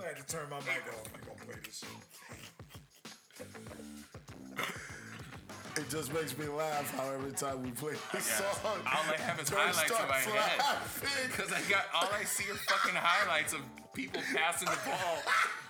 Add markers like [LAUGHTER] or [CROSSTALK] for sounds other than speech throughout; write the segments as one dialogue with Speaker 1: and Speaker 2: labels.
Speaker 1: gonna turn my mic off. I'm gonna play this shit.
Speaker 2: It just makes me laugh how every time we play this
Speaker 3: Yeah.
Speaker 2: song,
Speaker 3: All I have is
Speaker 2: Dirk
Speaker 3: highlights in
Speaker 2: starts
Speaker 3: my head.
Speaker 2: laughing.
Speaker 3: Because I got all I see are fucking highlights of people passing the ball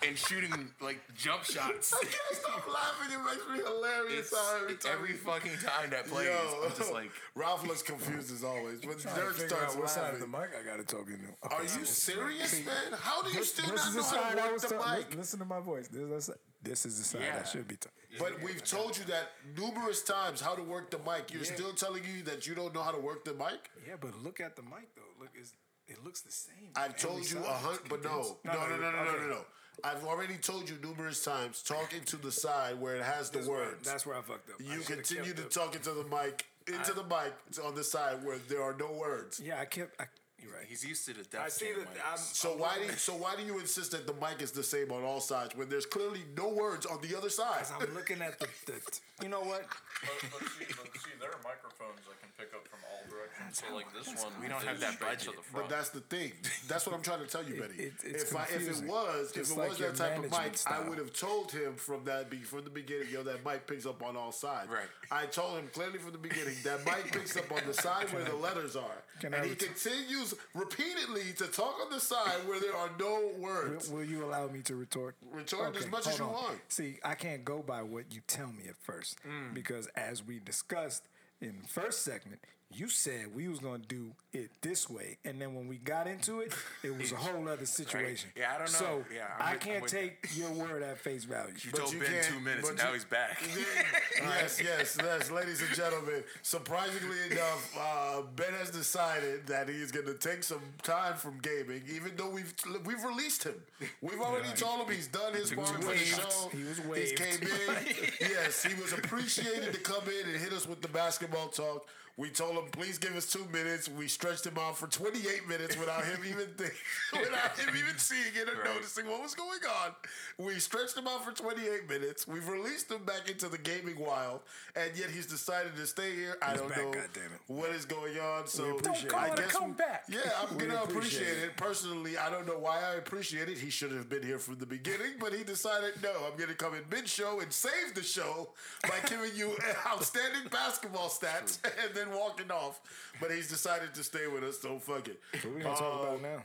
Speaker 3: and shooting like jump
Speaker 2: [LAUGHS] [LAUGHS]
Speaker 3: shots.
Speaker 2: I can't stop laughing. It makes me hilarious
Speaker 3: It's,
Speaker 2: how every time
Speaker 3: every
Speaker 2: we-
Speaker 3: fucking time that plays, I'm just like,
Speaker 2: [LAUGHS] Ralph looks confused as always, but
Speaker 4: Trying to
Speaker 2: Dirk
Speaker 4: figure
Speaker 2: starts
Speaker 4: out what side of
Speaker 2: laughing.
Speaker 4: the mic I gotta talk into.
Speaker 2: Are you serious, man? How do you
Speaker 4: This,
Speaker 2: still
Speaker 4: this
Speaker 2: not
Speaker 4: is the
Speaker 2: know how
Speaker 4: side
Speaker 2: to
Speaker 4: I
Speaker 2: work
Speaker 4: was
Speaker 2: the
Speaker 4: talking.
Speaker 2: mic?
Speaker 4: Listen to my voice. This, this- this is the side
Speaker 3: Yeah.
Speaker 4: I should be talking.
Speaker 2: But we've told you that numerous times how to work the mic. You're
Speaker 4: Yeah.
Speaker 2: still telling you that you don't know how to work the mic.
Speaker 4: Yeah, but look at the mic though. Look, it's, it looks the same.
Speaker 2: I've told you a hundred, but no, no, no, no, no, no, no, no. I've already told you numerous times. Talking to the side where it has the words.
Speaker 4: That's where I fucked up. I
Speaker 2: You
Speaker 4: should've
Speaker 2: continue
Speaker 4: kept
Speaker 2: to
Speaker 4: the-
Speaker 2: talk into the mic, into the mic it's on the side where there are no words.
Speaker 4: Yeah, I kept. I, you're right.
Speaker 3: he's used to the death.
Speaker 4: I see
Speaker 3: jam
Speaker 4: that.
Speaker 3: mics.
Speaker 4: I'm,
Speaker 2: So
Speaker 4: I'm
Speaker 2: why do
Speaker 4: looking-
Speaker 2: you, so why do you insist that the mic is the same on all sides when there's clearly no words on the other side?
Speaker 4: As I'm looking at the, the you know what?
Speaker 5: But, but, see, but see, there are microphones that can pick up from all directions. So like this one,
Speaker 3: We don't have
Speaker 5: is
Speaker 3: that
Speaker 5: straight to
Speaker 3: budget.
Speaker 5: the
Speaker 2: But
Speaker 5: front.
Speaker 2: that's the thing. [LAUGHS] That's what I'm trying to tell you, Betty.
Speaker 4: it- it's
Speaker 2: if I, if it
Speaker 4: confusing.
Speaker 2: was
Speaker 4: Just
Speaker 2: if it
Speaker 4: like
Speaker 2: was
Speaker 4: your
Speaker 2: that type of
Speaker 4: management
Speaker 2: mic, I
Speaker 4: style.
Speaker 2: would have told him from that be, from the beginning. Yo, that mic picks up on all sides.
Speaker 3: Right.
Speaker 2: I told him clearly from the beginning that mic picks up on the side where the letters are,
Speaker 4: Can
Speaker 2: and
Speaker 4: I
Speaker 2: he
Speaker 4: ret-
Speaker 2: continues repeatedly to talk on the side where there are no
Speaker 4: Will,
Speaker 2: words.
Speaker 4: will you allow me to retort?
Speaker 2: Retort as much
Speaker 4: hold
Speaker 2: as you
Speaker 4: on.
Speaker 2: want.
Speaker 4: See, I can't go by what you tell me at first
Speaker 3: Mm.
Speaker 4: because, as we discussed in the first segment, you said we was gonna do it this way, and then when we got into
Speaker 3: [LAUGHS]
Speaker 4: it, it was a whole other situation.
Speaker 3: Yeah, I don't know.
Speaker 4: So
Speaker 3: Yeah, I'm
Speaker 4: I
Speaker 3: with- I'm
Speaker 4: can't
Speaker 3: with
Speaker 4: take your word at face value.
Speaker 3: you
Speaker 2: but
Speaker 3: told
Speaker 2: you
Speaker 3: Ben
Speaker 2: can't-
Speaker 3: two minutes,
Speaker 2: but
Speaker 3: and now
Speaker 2: you-
Speaker 3: he's back.
Speaker 2: [LAUGHS] yes, yes, yes, ladies and gentlemen. Surprisingly enough, uh, Ben has decided that he's going to take some time from gaming, even though we've we've released him. We've already told him he's done his part for the
Speaker 4: waived.
Speaker 2: show.
Speaker 4: He was
Speaker 2: He's
Speaker 4: waived.
Speaker 2: came
Speaker 4: [LAUGHS]
Speaker 2: in. yes, he was appreciated to come in and hit us with the basketball talk. We told him, please give us two minutes. We stretched him out for 28 minutes without him even think, [LAUGHS] without him even seeing it or
Speaker 3: Right.
Speaker 2: noticing what was going on. We stretched him out for 28 minutes. We've released him back into the gaming wild, and yet he's decided to stay here. I don't
Speaker 4: back,
Speaker 2: know
Speaker 4: goddammit.
Speaker 2: what is going on. So
Speaker 4: appreciate Don't call it. it a comeback.
Speaker 2: Yeah, I'm
Speaker 4: We
Speaker 2: gonna appreciate,
Speaker 4: appreciate
Speaker 2: it. Personally, I don't know why I appreciate it. He should have been here from the beginning, but he decided no, I'm gonna come in mid show and save the show by giving you [LAUGHS] outstanding basketball stats [LAUGHS] and then walking off. But he's decided to stay with us, so fuck it. Uh,
Speaker 4: what we gonna talk
Speaker 3: Oh.
Speaker 4: about now?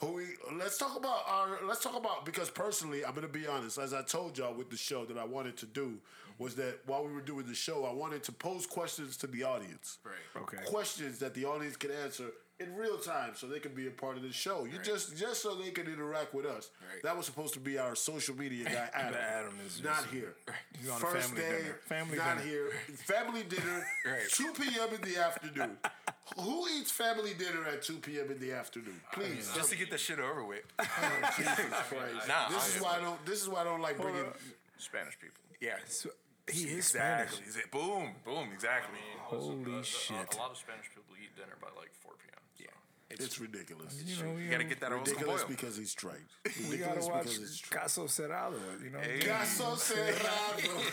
Speaker 2: Who we, let's talk about our let's talk about because personally I'm gonna be honest as I told y'all with the show that I wanted to do was that while we were doing the show I wanted to pose questions to the audience
Speaker 3: Right.
Speaker 4: Okay.
Speaker 2: questions that the audience can answer in real time so they can be a part of the show you just just so they can interact with us
Speaker 3: Right.
Speaker 2: that was supposed to be our social
Speaker 4: [LAUGHS]
Speaker 2: media guy Adam,
Speaker 4: Adam is just-
Speaker 2: not
Speaker 4: [LAUGHS]
Speaker 2: here
Speaker 4: He's on a
Speaker 2: first
Speaker 4: family
Speaker 2: day
Speaker 4: dinner. Family
Speaker 2: not
Speaker 4: dinner.
Speaker 2: here family
Speaker 4: [LAUGHS]
Speaker 2: dinner
Speaker 3: Right.
Speaker 2: 2 p.m. in the afternoon who eats family dinner at 2 p.m. in the afternoon please
Speaker 3: [LAUGHS] Just to get that shit over with.
Speaker 2: Christ.
Speaker 3: Nah,
Speaker 2: this
Speaker 3: honestly.
Speaker 2: is why I don't. This is why I don't like bringing.
Speaker 5: Spanish people.
Speaker 3: Yeah.
Speaker 4: He is
Speaker 3: exactly.
Speaker 4: Spanish.
Speaker 3: Is it- Boom, boom, exactly.
Speaker 4: Holy
Speaker 5: Uh, the-
Speaker 4: shit.
Speaker 5: A lot of Spanish people eat dinner by like 4 p.m. So.
Speaker 2: It's, ridiculous.
Speaker 4: You know, we,
Speaker 3: You gotta get that Olson
Speaker 2: ridiculous
Speaker 3: Boyle.
Speaker 2: because he's straight.
Speaker 4: we gotta
Speaker 2: Ridiculous
Speaker 4: watch
Speaker 2: because he's straight.
Speaker 4: Caso Cerrado. You know,
Speaker 3: Hey.
Speaker 2: Caso cerrado.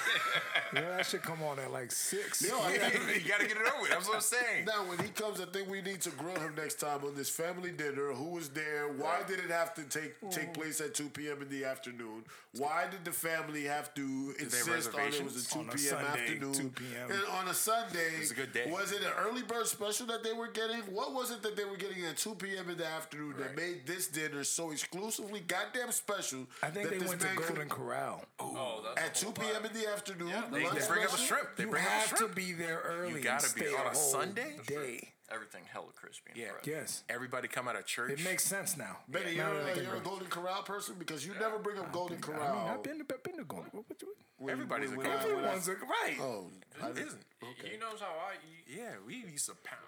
Speaker 4: You know, that should come on at like
Speaker 3: [LAUGHS]
Speaker 4: six.
Speaker 2: Yo, I think-
Speaker 3: [LAUGHS] you gotta get it over with. That's what I'm saying.
Speaker 2: Now, when he comes, I think we need to grill him next time on this family dinner. Who was there? Why did it have to take take place at 2 p.m. in the afternoon? Why did the family have to insist on it was
Speaker 3: reservations?
Speaker 2: a 2
Speaker 4: On a
Speaker 2: p.m.
Speaker 4: Sunday,
Speaker 2: afternoon?
Speaker 4: 2 p.m..
Speaker 2: And on a Sunday,
Speaker 3: was a good day.
Speaker 2: was it an early bird special that they were getting? What was it that they were getting at 2 p.m. in the afternoon that
Speaker 3: Right.
Speaker 2: made this dinner so exclusively goddamn special?
Speaker 4: I think
Speaker 2: that
Speaker 4: they
Speaker 2: this
Speaker 4: went to
Speaker 2: man could-
Speaker 4: Golden Corral.
Speaker 5: Oh, that's
Speaker 2: At
Speaker 5: a
Speaker 2: 2
Speaker 5: whole
Speaker 2: p.m.
Speaker 5: vibe.
Speaker 2: in the afternoon, the
Speaker 3: They,
Speaker 2: lunch
Speaker 3: they bring up a
Speaker 2: special?
Speaker 3: shrimp. They
Speaker 4: you
Speaker 3: bring up a
Speaker 4: have to
Speaker 3: shrimp.
Speaker 4: be there early. and
Speaker 3: gotta be
Speaker 4: stay
Speaker 3: on a
Speaker 4: whole
Speaker 3: Sunday?
Speaker 4: Day.
Speaker 5: Everything hella crispy. And
Speaker 3: Yeah.
Speaker 5: fresh.
Speaker 4: Yes,
Speaker 3: Everybody come out of church.
Speaker 4: it makes sense now.
Speaker 2: Benny,
Speaker 4: Now that I
Speaker 2: you're, a,
Speaker 4: think
Speaker 2: you're a
Speaker 4: about it.
Speaker 2: Golden Corral person because you never bring up Golden Corral.
Speaker 4: I mean, I've been to, I've been to Golden. What, what, what,
Speaker 2: when-
Speaker 3: Everybody's a
Speaker 2: when I-
Speaker 3: Golden
Speaker 2: when I-
Speaker 4: everyone's like, right.
Speaker 2: Oh, I
Speaker 3: it
Speaker 2: didn't-
Speaker 3: isn't.
Speaker 5: He knows how I eat.
Speaker 3: Yeah, we used to pound.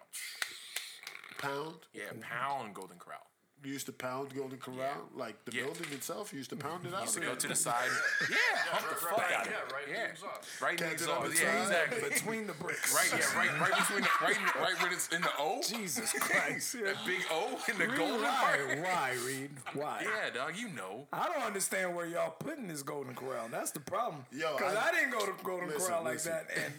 Speaker 2: pound.
Speaker 3: Yeah, pound Golden Corral.
Speaker 2: You used to pound Golden Corral, like the
Speaker 3: Yeah.
Speaker 2: building itself. You used to pound it out.
Speaker 3: To
Speaker 2: there.
Speaker 3: go to the side. Yeah, hump the fuck
Speaker 5: right,
Speaker 3: out of
Speaker 5: yeah,
Speaker 3: it.
Speaker 5: right
Speaker 3: yeah.
Speaker 5: in the sauce.
Speaker 3: Right
Speaker 2: Catch
Speaker 3: next
Speaker 2: it
Speaker 3: to
Speaker 2: on the
Speaker 3: Yeah,
Speaker 2: side.
Speaker 4: [LAUGHS]
Speaker 3: exactly.
Speaker 4: Between the bricks.
Speaker 3: Right, yeah, right, right between the right, right when it's in the O. [LAUGHS]
Speaker 4: Jesus Christ. Yeah.
Speaker 3: That big O in the
Speaker 4: Reed,
Speaker 3: golden part.
Speaker 4: why? Why, Reed? Why?
Speaker 3: Yeah, dog, you know.
Speaker 4: I don't understand where y'all putting this Golden Corral. That's the problem.
Speaker 2: Yo,
Speaker 4: because
Speaker 2: I-
Speaker 4: I,
Speaker 3: [LAUGHS]
Speaker 4: didn't go to Golden
Speaker 2: Listen,
Speaker 4: Corral like
Speaker 2: listen.
Speaker 4: that, and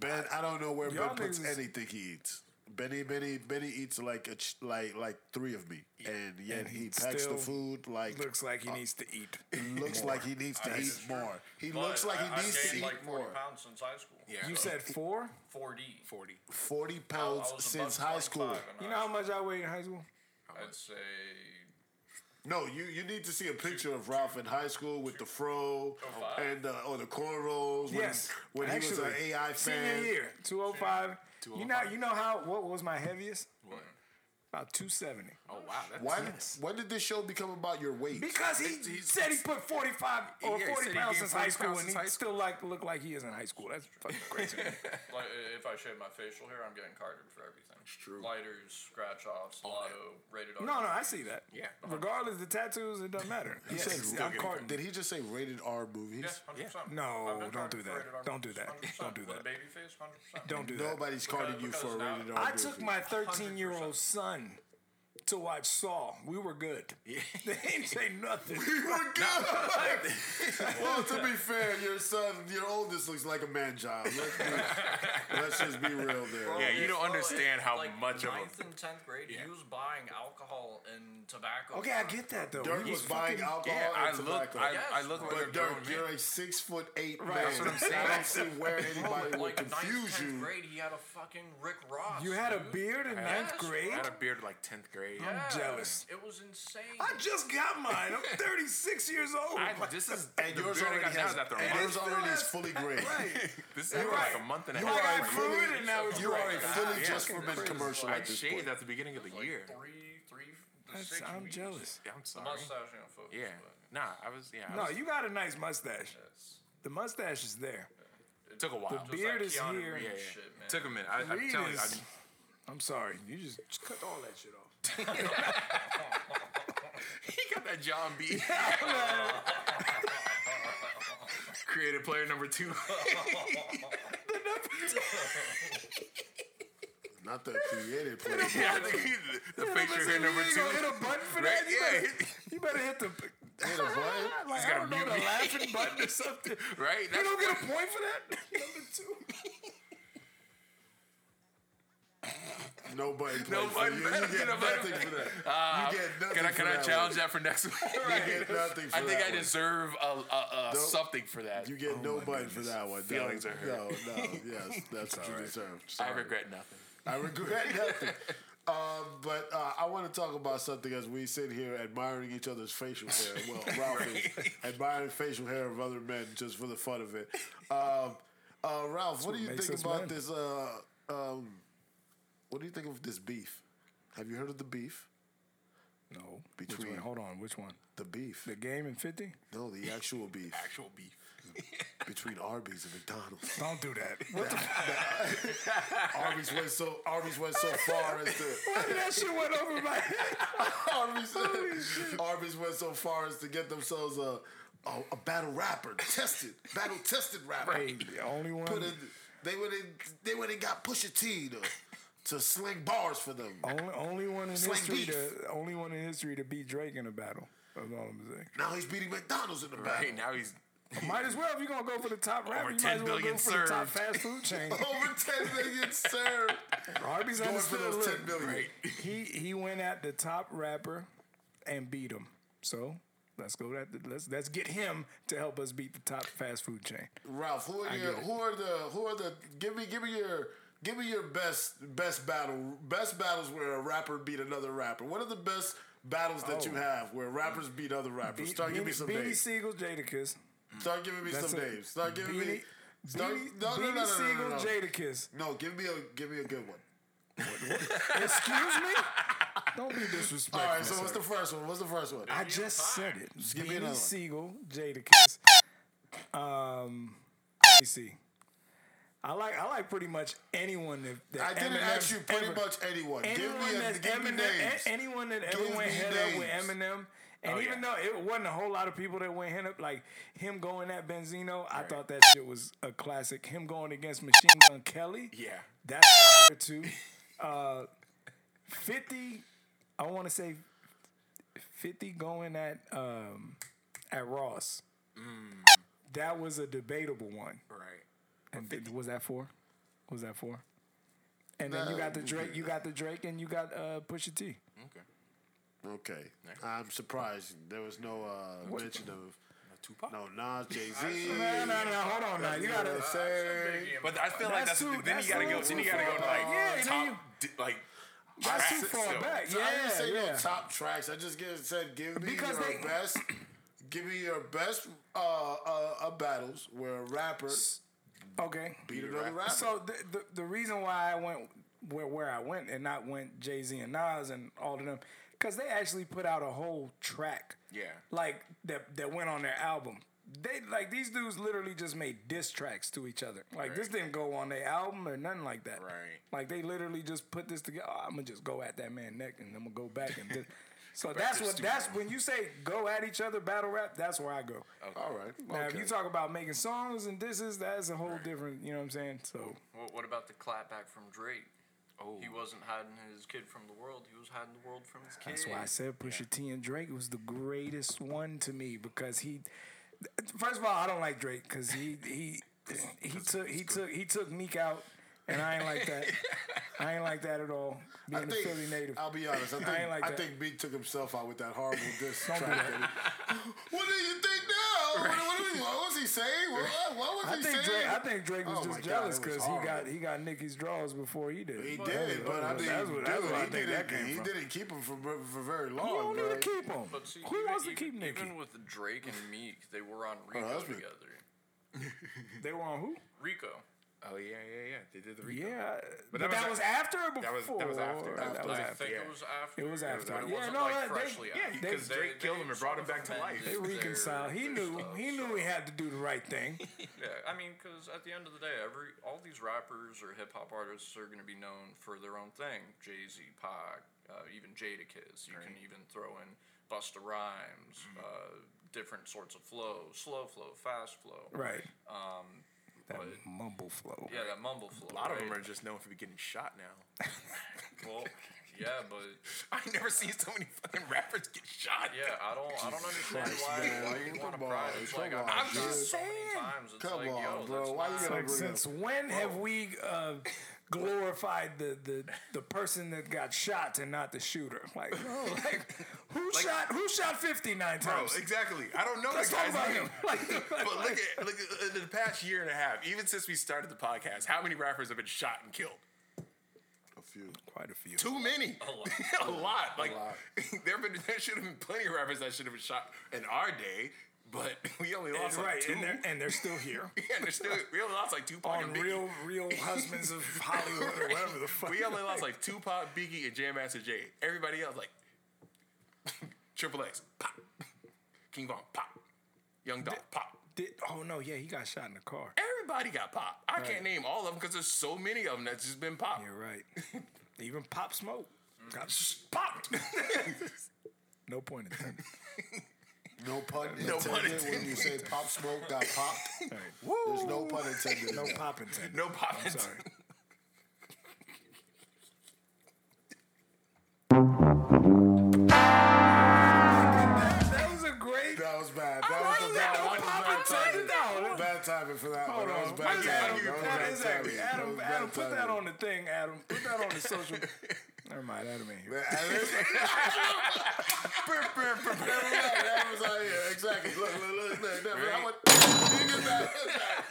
Speaker 2: Ben, I don't know where Ben
Speaker 4: Y'all
Speaker 2: puts
Speaker 4: niggas-
Speaker 2: anything he eats. Benny Benny Benny eats like a ch- like like three of me, and yet
Speaker 4: And
Speaker 2: he,
Speaker 4: he
Speaker 2: packs the
Speaker 4: still
Speaker 2: food like
Speaker 4: Looks like he needs to
Speaker 3: [LAUGHS]
Speaker 4: eat.
Speaker 2: looks like he needs to
Speaker 5: I-
Speaker 2: eat more. He
Speaker 5: But
Speaker 2: looks like
Speaker 5: I, I
Speaker 2: he needs to
Speaker 5: gained
Speaker 2: eat
Speaker 5: like 40
Speaker 2: more.
Speaker 5: pounds since high school.
Speaker 3: Yeah.
Speaker 4: You said four?
Speaker 5: 4D.
Speaker 3: 40.
Speaker 2: Forty
Speaker 5: I- I
Speaker 2: pounds
Speaker 5: was
Speaker 2: since
Speaker 5: above
Speaker 2: high school.
Speaker 5: 25 when
Speaker 4: You
Speaker 5: I
Speaker 4: know how much I weighed in high school?
Speaker 5: I'd say
Speaker 2: No, you, you need to see a picture of Ralph in high school with the fro
Speaker 5: five.
Speaker 2: and the, or the cornrows. When,
Speaker 4: Yes,
Speaker 2: when he was an
Speaker 4: actually.
Speaker 2: AI
Speaker 4: Senior
Speaker 2: fan.
Speaker 4: year, 205. You know,
Speaker 3: 205.
Speaker 4: you know how, what was my heaviest?
Speaker 3: What?
Speaker 4: About 270.
Speaker 3: Oh wow. That's,
Speaker 2: When, when did this show become about your weight?
Speaker 4: Because he said he put 45 or
Speaker 3: Yeah, he
Speaker 4: 40
Speaker 3: said he
Speaker 4: pounds
Speaker 3: gained
Speaker 4: since high
Speaker 3: 40
Speaker 4: school
Speaker 3: pounds
Speaker 4: and
Speaker 3: since
Speaker 4: he
Speaker 3: high
Speaker 4: still like look like he is in high school. That's fucking crazy.
Speaker 5: like i- if I shave my facial hair, I'm getting carded for everything. It's
Speaker 3: true.
Speaker 5: Lighters, scratch offs,
Speaker 3: All that.
Speaker 5: lotto, rated R.
Speaker 4: no, no, I see that.
Speaker 3: Yeah.
Speaker 4: Regardless of the tattoos, it doesn't matter. He said,
Speaker 2: Still
Speaker 4: I'm
Speaker 2: getting
Speaker 4: carding.
Speaker 2: Did he just say rated R movies?
Speaker 5: Yeah, 100%.
Speaker 4: No,
Speaker 5: I've been
Speaker 4: don't
Speaker 5: carded
Speaker 4: do
Speaker 5: for
Speaker 4: that.
Speaker 5: rated R
Speaker 4: Don't do
Speaker 5: movies,
Speaker 4: that.
Speaker 5: 100%.
Speaker 4: Don't do
Speaker 5: With
Speaker 4: that.
Speaker 5: a baby face, 100%. [LAUGHS]
Speaker 4: Don't do that.
Speaker 2: Nobody's carding you for a
Speaker 5: because now-
Speaker 2: rated R
Speaker 4: I
Speaker 2: movie.
Speaker 4: took my 13 year old son to watch Saw. We were good. [LAUGHS] They didn't say nothing.
Speaker 2: You
Speaker 3: [LAUGHS]
Speaker 2: were good. well, to be fair, your son, your oldest, looks like a man child. Let's, be- let's just be real there.
Speaker 3: Yeah, you don't
Speaker 5: Oh, and,
Speaker 3: understand how
Speaker 5: like,
Speaker 3: much of a-
Speaker 5: ninth and tenth grade, he was buying alcohol and tobacco.
Speaker 4: Okay, I get that though.
Speaker 2: Dirk
Speaker 4: We
Speaker 2: was
Speaker 4: was
Speaker 2: buying
Speaker 4: fucking-
Speaker 2: alcohol
Speaker 3: yeah, I
Speaker 2: and
Speaker 3: look.
Speaker 2: tobacco.
Speaker 3: I,
Speaker 5: Yes.
Speaker 3: I look like a
Speaker 2: but
Speaker 3: grown
Speaker 2: Dirk,
Speaker 3: man.
Speaker 2: you're a six foot eight man.
Speaker 3: that's what I'm saying.
Speaker 2: I don't see
Speaker 3: [LAUGHS]
Speaker 2: where anybody
Speaker 5: Like
Speaker 2: would
Speaker 5: ninth,
Speaker 2: confuse
Speaker 5: tenth
Speaker 2: you.
Speaker 5: grade, he had a fucking Rick Ross.
Speaker 4: You had a
Speaker 5: dude.
Speaker 4: beard in ninth
Speaker 5: Yes.
Speaker 4: grade?
Speaker 3: I had a beard like tenth grade.
Speaker 5: Yeah,
Speaker 4: jealous.
Speaker 5: It was insane.
Speaker 4: I just got mine. I'm
Speaker 3: [LAUGHS]
Speaker 4: 36 years old.
Speaker 3: I, this is
Speaker 2: And
Speaker 3: the
Speaker 2: yours
Speaker 3: beard I
Speaker 2: already
Speaker 3: got now
Speaker 2: has.
Speaker 3: is after a
Speaker 2: and
Speaker 3: month.
Speaker 2: yours already is fully gray.
Speaker 3: [LAUGHS]
Speaker 4: right.
Speaker 3: This is after
Speaker 4: Right.
Speaker 3: like a month and a
Speaker 2: You
Speaker 4: I
Speaker 2: are
Speaker 3: half.
Speaker 4: got
Speaker 2: a
Speaker 4: food
Speaker 2: fully-
Speaker 4: and now it's
Speaker 2: You are a
Speaker 4: gray.
Speaker 2: fully
Speaker 3: Yeah.
Speaker 2: just for men commercial
Speaker 3: I
Speaker 2: at this point.
Speaker 3: shaved at the beginning of the
Speaker 5: like
Speaker 3: year.
Speaker 5: three, three, to
Speaker 4: That's-
Speaker 5: six
Speaker 4: I'm
Speaker 5: weeks.
Speaker 4: jealous.
Speaker 3: Yeah, I'm
Speaker 5: The
Speaker 3: sorry.
Speaker 5: mustache ain't focused.
Speaker 3: Yeah. Nah, I was. Yeah. I
Speaker 4: No,
Speaker 3: was-
Speaker 4: you got a nice mustache. The mustache is there.
Speaker 3: it took a while.
Speaker 5: Just
Speaker 4: beard
Speaker 5: like
Speaker 4: is
Speaker 5: Keanu
Speaker 4: here.
Speaker 5: Reeves
Speaker 3: yeah, yeah.
Speaker 5: shit, man.
Speaker 3: Took a minute. I, I'm
Speaker 4: Reed
Speaker 3: telling you.
Speaker 4: is-
Speaker 3: I,
Speaker 4: I'm sorry. You just, just cut all that shit off.
Speaker 3: [LAUGHS] he got that John B. [LAUGHS] Created player number two. [LAUGHS]
Speaker 2: Not the
Speaker 3: [LAUGHS]
Speaker 2: created player.
Speaker 3: yeah, I think he, the picture here number
Speaker 4: You ain't
Speaker 3: two.
Speaker 4: gonna hit a button for
Speaker 3: Right?
Speaker 4: that? You
Speaker 3: Yeah.
Speaker 4: better-
Speaker 3: hit-
Speaker 4: You better hit the.
Speaker 3: [LAUGHS]
Speaker 2: Hit a button?
Speaker 4: [LAUGHS] Like, I
Speaker 3: gotta
Speaker 4: don't know
Speaker 3: mute
Speaker 4: the
Speaker 3: me. [LAUGHS]
Speaker 4: laughing button or something.
Speaker 3: Right?
Speaker 4: You
Speaker 3: That's-
Speaker 4: don't get a point for that. [LAUGHS] Number two.
Speaker 2: Nobody.
Speaker 3: No
Speaker 2: played for
Speaker 3: button.
Speaker 2: You. You get
Speaker 3: [LAUGHS] No button.
Speaker 2: nothing for that.
Speaker 3: Uh,
Speaker 2: you get nothing.
Speaker 3: Can I
Speaker 2: for
Speaker 3: can I
Speaker 2: that
Speaker 3: challenge
Speaker 2: one.
Speaker 3: that for next week? [LAUGHS]
Speaker 2: You get nothing. For
Speaker 3: I think
Speaker 2: that
Speaker 3: I
Speaker 2: one.
Speaker 3: deserve a, a, a
Speaker 2: Nope.
Speaker 3: something for that.
Speaker 2: You get no button for that one.
Speaker 3: Feelings
Speaker 2: no,
Speaker 3: are [LAUGHS] hurt.
Speaker 2: No, no, yes, that's what you deserve.
Speaker 3: I
Speaker 2: Sorry.
Speaker 3: regret nothing.
Speaker 2: I regret nothing. Um, but uh, I want to talk about something as we sit here admiring each other's facial hair. Well, Ralph is admiring facial hair of other men just for the fun of it. Um, uh, Ralph, what do you
Speaker 4: makes
Speaker 2: think
Speaker 4: us
Speaker 2: about
Speaker 4: men.
Speaker 2: this? Uh, um, what do you think of this beef? Have you heard of the beef?
Speaker 4: No.
Speaker 2: Between-
Speaker 4: Which one? Hold on. Which one?
Speaker 2: The beef.
Speaker 4: The game in
Speaker 3: [LAUGHS]
Speaker 4: 50?
Speaker 2: No, the actual beef
Speaker 3: Actual beef.
Speaker 2: between Arby's and McDonald's.
Speaker 4: Don't do that. What the
Speaker 2: Arby's went so Arby's went so far as to
Speaker 4: fuck? that shit went over
Speaker 3: [LAUGHS]
Speaker 4: my head.
Speaker 2: Arby's, Arby's went so far as to get themselves a a, a battle rapper tested battle tested rapper.
Speaker 4: Hey, the only one.
Speaker 2: Put in, they went in they went and got Pusha T to to sling bars for them.
Speaker 4: Only, only one in
Speaker 2: Slang
Speaker 4: history
Speaker 2: beef.
Speaker 4: to only one in history to beat Drake in a battle. That's all I'm saying.
Speaker 2: Now he's beating McDonald's in the battle.
Speaker 3: Right now he's
Speaker 4: Might as well if you're gonna go for the top rapper, you might
Speaker 3: 10
Speaker 4: as well go
Speaker 3: billion
Speaker 4: for the top
Speaker 3: served.
Speaker 4: fast food
Speaker 2: [LAUGHS]
Speaker 4: chain.
Speaker 2: Over ten million served.
Speaker 4: Arby's
Speaker 2: Going for
Speaker 4: understood.
Speaker 2: those
Speaker 4: Look,
Speaker 2: ten million.
Speaker 4: he he went at the top rapper and beat him. So let's go that let's let's get him to help us beat the top fast food chain.
Speaker 2: Ralph, who are your
Speaker 4: get it.
Speaker 2: who are the who are the give me give me your give me your best best battle best battles where a rapper beat another rapper. What are the best battles that you
Speaker 4: Oh.
Speaker 2: have where rappers beat other rappers?
Speaker 4: Be-
Speaker 2: start giving me
Speaker 4: Beanie-
Speaker 2: some
Speaker 4: Beanie
Speaker 2: names.
Speaker 4: Siegel, Jadakiss.
Speaker 2: Start giving me
Speaker 4: That's
Speaker 2: some
Speaker 4: it.
Speaker 2: names. Start giving me
Speaker 4: Beanie,
Speaker 2: start,
Speaker 4: Beanie,
Speaker 2: no, no, no,
Speaker 4: Beanie
Speaker 2: no, no, no,
Speaker 4: Siegel,
Speaker 2: no, no.
Speaker 4: Jadakiss.
Speaker 2: No, give me a give me a good one.
Speaker 4: Excuse me.
Speaker 2: [LAUGHS]
Speaker 4: Don't be disrespectful.
Speaker 2: All right, so
Speaker 4: sir.
Speaker 2: what's the first one? What's the first one?
Speaker 4: I just said it.
Speaker 2: give me another
Speaker 4: Beanie
Speaker 2: one.
Speaker 4: Siegel, Jadakiss. Um, let me see. I like I like pretty much anyone that, that
Speaker 2: I didn't
Speaker 4: Eminem
Speaker 2: ask you pretty
Speaker 4: ever-
Speaker 2: much anyone. Give
Speaker 4: anyone
Speaker 2: me a,
Speaker 4: that's
Speaker 2: give me
Speaker 4: Eminem,
Speaker 2: names.
Speaker 4: a- anyone that ever
Speaker 2: Give
Speaker 4: went
Speaker 2: me
Speaker 4: head up with
Speaker 2: names.
Speaker 4: Eminem. And
Speaker 3: Oh,
Speaker 4: even
Speaker 3: yeah.
Speaker 4: though it wasn't a whole lot of people that went head up, like him going at Benzino, I
Speaker 3: Right.
Speaker 4: thought that shit was a classic. Him going against Machine Gun Kelly,
Speaker 3: yeah.
Speaker 4: that's up there too. Uh, Fifty, I want to say Fifty going at um, at Ross.
Speaker 2: Mm.
Speaker 4: That was a debatable one.
Speaker 3: Right.
Speaker 4: And th- was that four? Was that four? And then you
Speaker 2: No.
Speaker 4: got the Drake, you got the Drake, and you got uh, Pusha T.
Speaker 3: Okay.
Speaker 2: Okay. I'm surprised there was no uh, mention of
Speaker 3: Tupac.
Speaker 2: no Nas, Jay
Speaker 4: No, no,
Speaker 2: Z.
Speaker 4: no, hold on now. You gotta uh,
Speaker 2: say
Speaker 3: But I feel like
Speaker 4: That's
Speaker 3: that's,
Speaker 4: too-
Speaker 3: the, then
Speaker 4: that's
Speaker 3: you gotta
Speaker 4: a
Speaker 3: go.
Speaker 4: little
Speaker 3: Then you
Speaker 4: too
Speaker 3: gotta go
Speaker 4: far
Speaker 3: to
Speaker 4: back.
Speaker 3: like
Speaker 4: Yeah, then
Speaker 3: top,
Speaker 4: you-
Speaker 3: di- like
Speaker 4: that's too
Speaker 3: tracks,
Speaker 4: far
Speaker 3: so-
Speaker 4: back.
Speaker 2: I didn't
Speaker 4: Yeah,
Speaker 2: say no
Speaker 4: yeah.
Speaker 2: top tracks. I just get, said give me
Speaker 4: Because
Speaker 2: your
Speaker 4: they-
Speaker 2: best. [CLEARS THROAT] Give me your best uh, uh, uh, battles where a rapper
Speaker 4: Okay.
Speaker 2: beat another rapper.
Speaker 4: So the, the the reason why I went where where I went and not went Jay Z and Nas and all of them, because they actually put out a whole track.
Speaker 3: Yeah.
Speaker 4: Like that that went on their album. They like these dudes literally just made diss tracks to each other. Like this
Speaker 3: Right.
Speaker 4: didn't go on their album or nothing like that.
Speaker 3: Right.
Speaker 4: Like they literally just put this together. Oh, I'm gonna just go at that man neck and I'm gonna go back
Speaker 3: [LAUGHS]
Speaker 4: and. Just, so that's
Speaker 3: to
Speaker 4: what
Speaker 3: the
Speaker 4: that's
Speaker 3: studio.
Speaker 4: when you say go at each other battle rap. That's where I go.
Speaker 2: all right.
Speaker 4: Now, if
Speaker 2: okay.
Speaker 4: you talk about making songs and disses, that's a whole different. You know what I'm saying? So
Speaker 5: What, what about the clapback from Drake?
Speaker 3: oh,
Speaker 5: He wasn't hiding his kid from the world. He was hiding the world from his kid.
Speaker 4: that's why I said Pusha T and Drake was the greatest one to me because he. First of all, I don't like Drake because he he he took he took he took Meek out, and I ain't like that. [LAUGHS] I ain't like that at all. Being
Speaker 2: I
Speaker 4: a Philly native.
Speaker 2: I'll
Speaker 4: [LAUGHS]
Speaker 2: be honest. I think I,
Speaker 4: ain't like that.
Speaker 2: think Big took himself out with that
Speaker 4: [LAUGHS]
Speaker 2: horrible diss track.
Speaker 4: do
Speaker 2: that he- what do you think now? What, what, do you- what was he saying? What, what was
Speaker 4: I
Speaker 2: he
Speaker 4: think
Speaker 2: saying?
Speaker 4: Drake, I think Drake was
Speaker 2: Oh my
Speaker 4: just
Speaker 2: God,
Speaker 4: jealous
Speaker 2: it was
Speaker 4: because he got
Speaker 2: horrible.
Speaker 4: he got Nicky's draws before he did.
Speaker 2: He
Speaker 4: But
Speaker 2: did, but I mean,
Speaker 4: that's what, that's
Speaker 2: dude,
Speaker 4: what I
Speaker 2: he,
Speaker 4: think that
Speaker 2: didn't,
Speaker 4: came
Speaker 2: he
Speaker 4: from.
Speaker 2: didn't keep him for, ver- for very long.
Speaker 4: You don't
Speaker 2: bro.
Speaker 4: need to keep him.
Speaker 5: But see,
Speaker 4: Who
Speaker 5: even-
Speaker 4: wants to
Speaker 5: even-
Speaker 4: keep Nicki?
Speaker 5: Even with Drake and Meek, they were on Rico
Speaker 2: husband.
Speaker 5: together.
Speaker 4: They were on who?
Speaker 5: Rico.
Speaker 3: oh yeah, yeah, yeah. They did the recap.
Speaker 4: Yeah, but,
Speaker 3: that was
Speaker 4: that,
Speaker 3: a-
Speaker 4: was, after or before?
Speaker 3: that was- that was after. That
Speaker 4: That was
Speaker 3: was
Speaker 5: I
Speaker 3: after.
Speaker 4: after.
Speaker 5: think
Speaker 3: yeah.
Speaker 5: it was after.
Speaker 4: It was after.
Speaker 5: But it
Speaker 4: Yeah,
Speaker 5: wasn't
Speaker 4: no,
Speaker 5: like
Speaker 4: they-
Speaker 5: freshly
Speaker 4: yeah,
Speaker 5: after.
Speaker 4: they-
Speaker 3: because Drake
Speaker 5: they-
Speaker 3: killed him and brought him
Speaker 5: sort
Speaker 3: back
Speaker 5: of
Speaker 3: to life.
Speaker 4: They
Speaker 5: amended their-
Speaker 4: reconciled. He
Speaker 5: their
Speaker 4: knew.
Speaker 5: stuff,
Speaker 4: He knew he had to do the right thing.
Speaker 5: Yeah, I mean, because at the end of the day, every all these rappers or hip hop artists are going to be known for their own thing. Jay Z, Pac, uh, even Jadakiss. You can even throw in Busta Rhymes, uh, different sorts of flow, slow flow, fast flow.
Speaker 4: Right.
Speaker 5: Um,
Speaker 4: That
Speaker 5: But-
Speaker 4: mumble flow.
Speaker 5: yeah, that mumble flow.
Speaker 3: A lot of them are just known for getting shot now. [LAUGHS]
Speaker 5: Well, yeah, but
Speaker 3: I never seen so many fucking rappers get shot. [LAUGHS]
Speaker 5: yeah, I don't, I don't understand
Speaker 2: Christ,
Speaker 5: why,
Speaker 2: man.
Speaker 5: why you want to
Speaker 2: Come
Speaker 5: pride.
Speaker 2: on,
Speaker 5: It's like
Speaker 2: come
Speaker 5: I've
Speaker 2: on,
Speaker 5: been shot
Speaker 4: dude.
Speaker 5: so many
Speaker 4: Saying.
Speaker 5: times. It's
Speaker 2: Come
Speaker 5: like,
Speaker 2: on,
Speaker 5: yo,
Speaker 2: bro.
Speaker 5: that's
Speaker 2: Why you
Speaker 5: not-
Speaker 2: gotta
Speaker 4: Like,
Speaker 2: bring
Speaker 4: since when have we uh, glorified the, the the person that got shot and not the shooter? Like, bro, [LAUGHS] like who shot who shot fifty nine
Speaker 3: Bro,
Speaker 4: times?
Speaker 3: Oh, exactly. I don't know
Speaker 4: Let's
Speaker 3: that
Speaker 4: talk
Speaker 3: guy's
Speaker 4: about
Speaker 3: name.
Speaker 4: him. [LAUGHS] Like,
Speaker 3: [LAUGHS] But look at look at in the past year and a half, even since we started the podcast, how many rappers have been shot and killed?
Speaker 2: A few.
Speaker 4: quite a few.
Speaker 3: Too many. A
Speaker 5: lot.
Speaker 4: [LAUGHS]
Speaker 3: Like
Speaker 2: lot.
Speaker 3: [LAUGHS] there have been there should have been plenty of rappers that should have been shot in our day, but [LAUGHS] we only lost like
Speaker 4: Right,
Speaker 3: two.
Speaker 4: and they're and they're still here
Speaker 3: [LAUGHS] yeah, and there's still we only lost [LAUGHS] like Tupac
Speaker 4: on
Speaker 3: and Biggie.
Speaker 4: real
Speaker 3: [LAUGHS]
Speaker 4: real husbands of Hollywood or whatever the fuck.
Speaker 3: we only lost like Tupac, Biggie, and Jam Master Jay. Everybody else like [LAUGHS] Triple X, pop. [LAUGHS] King Von, pop. Young Dog, pop.
Speaker 4: Did, oh no, yeah, he got shot in the car.
Speaker 3: Everybody got pop. I can't name all of them because there's so many of them that's just been pop.
Speaker 4: You're right. [LAUGHS] Even Pop Smoke got
Speaker 3: Popped.
Speaker 4: [LAUGHS] No point intended.
Speaker 2: No pun intended
Speaker 3: No pun
Speaker 2: when you say Pop Smoke got popped. There's no pun intended.
Speaker 4: No pop intended.
Speaker 3: no pop.
Speaker 4: I'm sorry.
Speaker 3: [LAUGHS]
Speaker 4: that was a great.
Speaker 2: That was bad.
Speaker 4: I
Speaker 2: That
Speaker 4: like
Speaker 2: was a
Speaker 4: that.
Speaker 2: bad,
Speaker 4: No
Speaker 2: that was
Speaker 4: pop
Speaker 2: bad
Speaker 4: intended.
Speaker 2: timing.
Speaker 4: No, that-
Speaker 2: Bad timing for that one. That was
Speaker 4: Why
Speaker 2: bad
Speaker 4: is
Speaker 3: that-
Speaker 2: timing.
Speaker 4: That
Speaker 2: was
Speaker 4: is
Speaker 2: bad
Speaker 4: Adam,
Speaker 2: timing. That was
Speaker 4: Adam,
Speaker 2: bad
Speaker 4: Adam, put that
Speaker 2: timing.
Speaker 4: on the thing, Adam. Put that on the social.
Speaker 2: [LAUGHS]
Speaker 4: Never mind, Adam ain't here. [LAUGHS]
Speaker 2: that was out here. Exactly. Look, look, look. look. That, that one, [LAUGHS] you get that.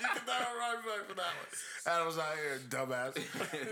Speaker 2: You get that one right back for that one. Adam's out here, dumbass.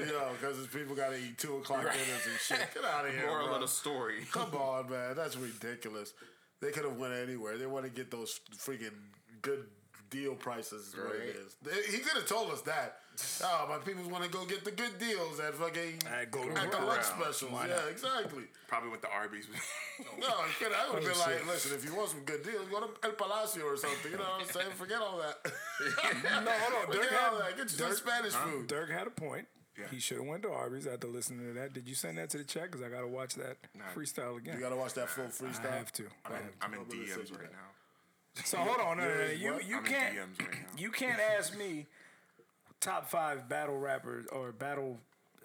Speaker 2: You know, because his people got to eat 2 o'clock dinners and shit. Get out of here,
Speaker 3: Moral
Speaker 2: bro.
Speaker 3: of the story.
Speaker 2: Come on, man. That's ridiculous. They could have went anywhere. They want to get those freaking good deal prices. Is what it
Speaker 3: Right.
Speaker 2: is. They- he could have told us
Speaker 3: [LAUGHS]
Speaker 2: that. Oh, my people want to go get the good deals at fucking
Speaker 4: At Golden
Speaker 2: at the
Speaker 4: Corral.
Speaker 2: lunch specials.
Speaker 4: Why
Speaker 2: yeah,
Speaker 4: not?
Speaker 2: exactly.
Speaker 3: Probably went to Arby's. [LAUGHS]
Speaker 2: No, I could- I would have been
Speaker 4: Oh,
Speaker 2: like,
Speaker 4: shit.
Speaker 2: listen, if you want some good deals, go to El Palacio or something. You know what I'm saying? Forget all that. [LAUGHS]
Speaker 4: No, hold on. Dirk
Speaker 2: Forget all that.
Speaker 4: had,
Speaker 2: Get you some Spanish food.
Speaker 4: Dirk had a point. He should have went to Arby's after listening to that. Did you send that to the chat? Because I got to watch that freestyle again.
Speaker 2: You gotta watch that full
Speaker 4: I
Speaker 2: freestyle.
Speaker 4: have to. I have
Speaker 3: I'm in
Speaker 2: gonna send
Speaker 3: DMs
Speaker 2: you
Speaker 3: right
Speaker 2: that.
Speaker 3: now.
Speaker 4: So hold on, no, no, no.
Speaker 2: Yours
Speaker 4: You
Speaker 2: what?
Speaker 4: you
Speaker 3: I'm in
Speaker 4: can't
Speaker 3: DMs right now.
Speaker 4: you can't ask me top five battle rappers or battle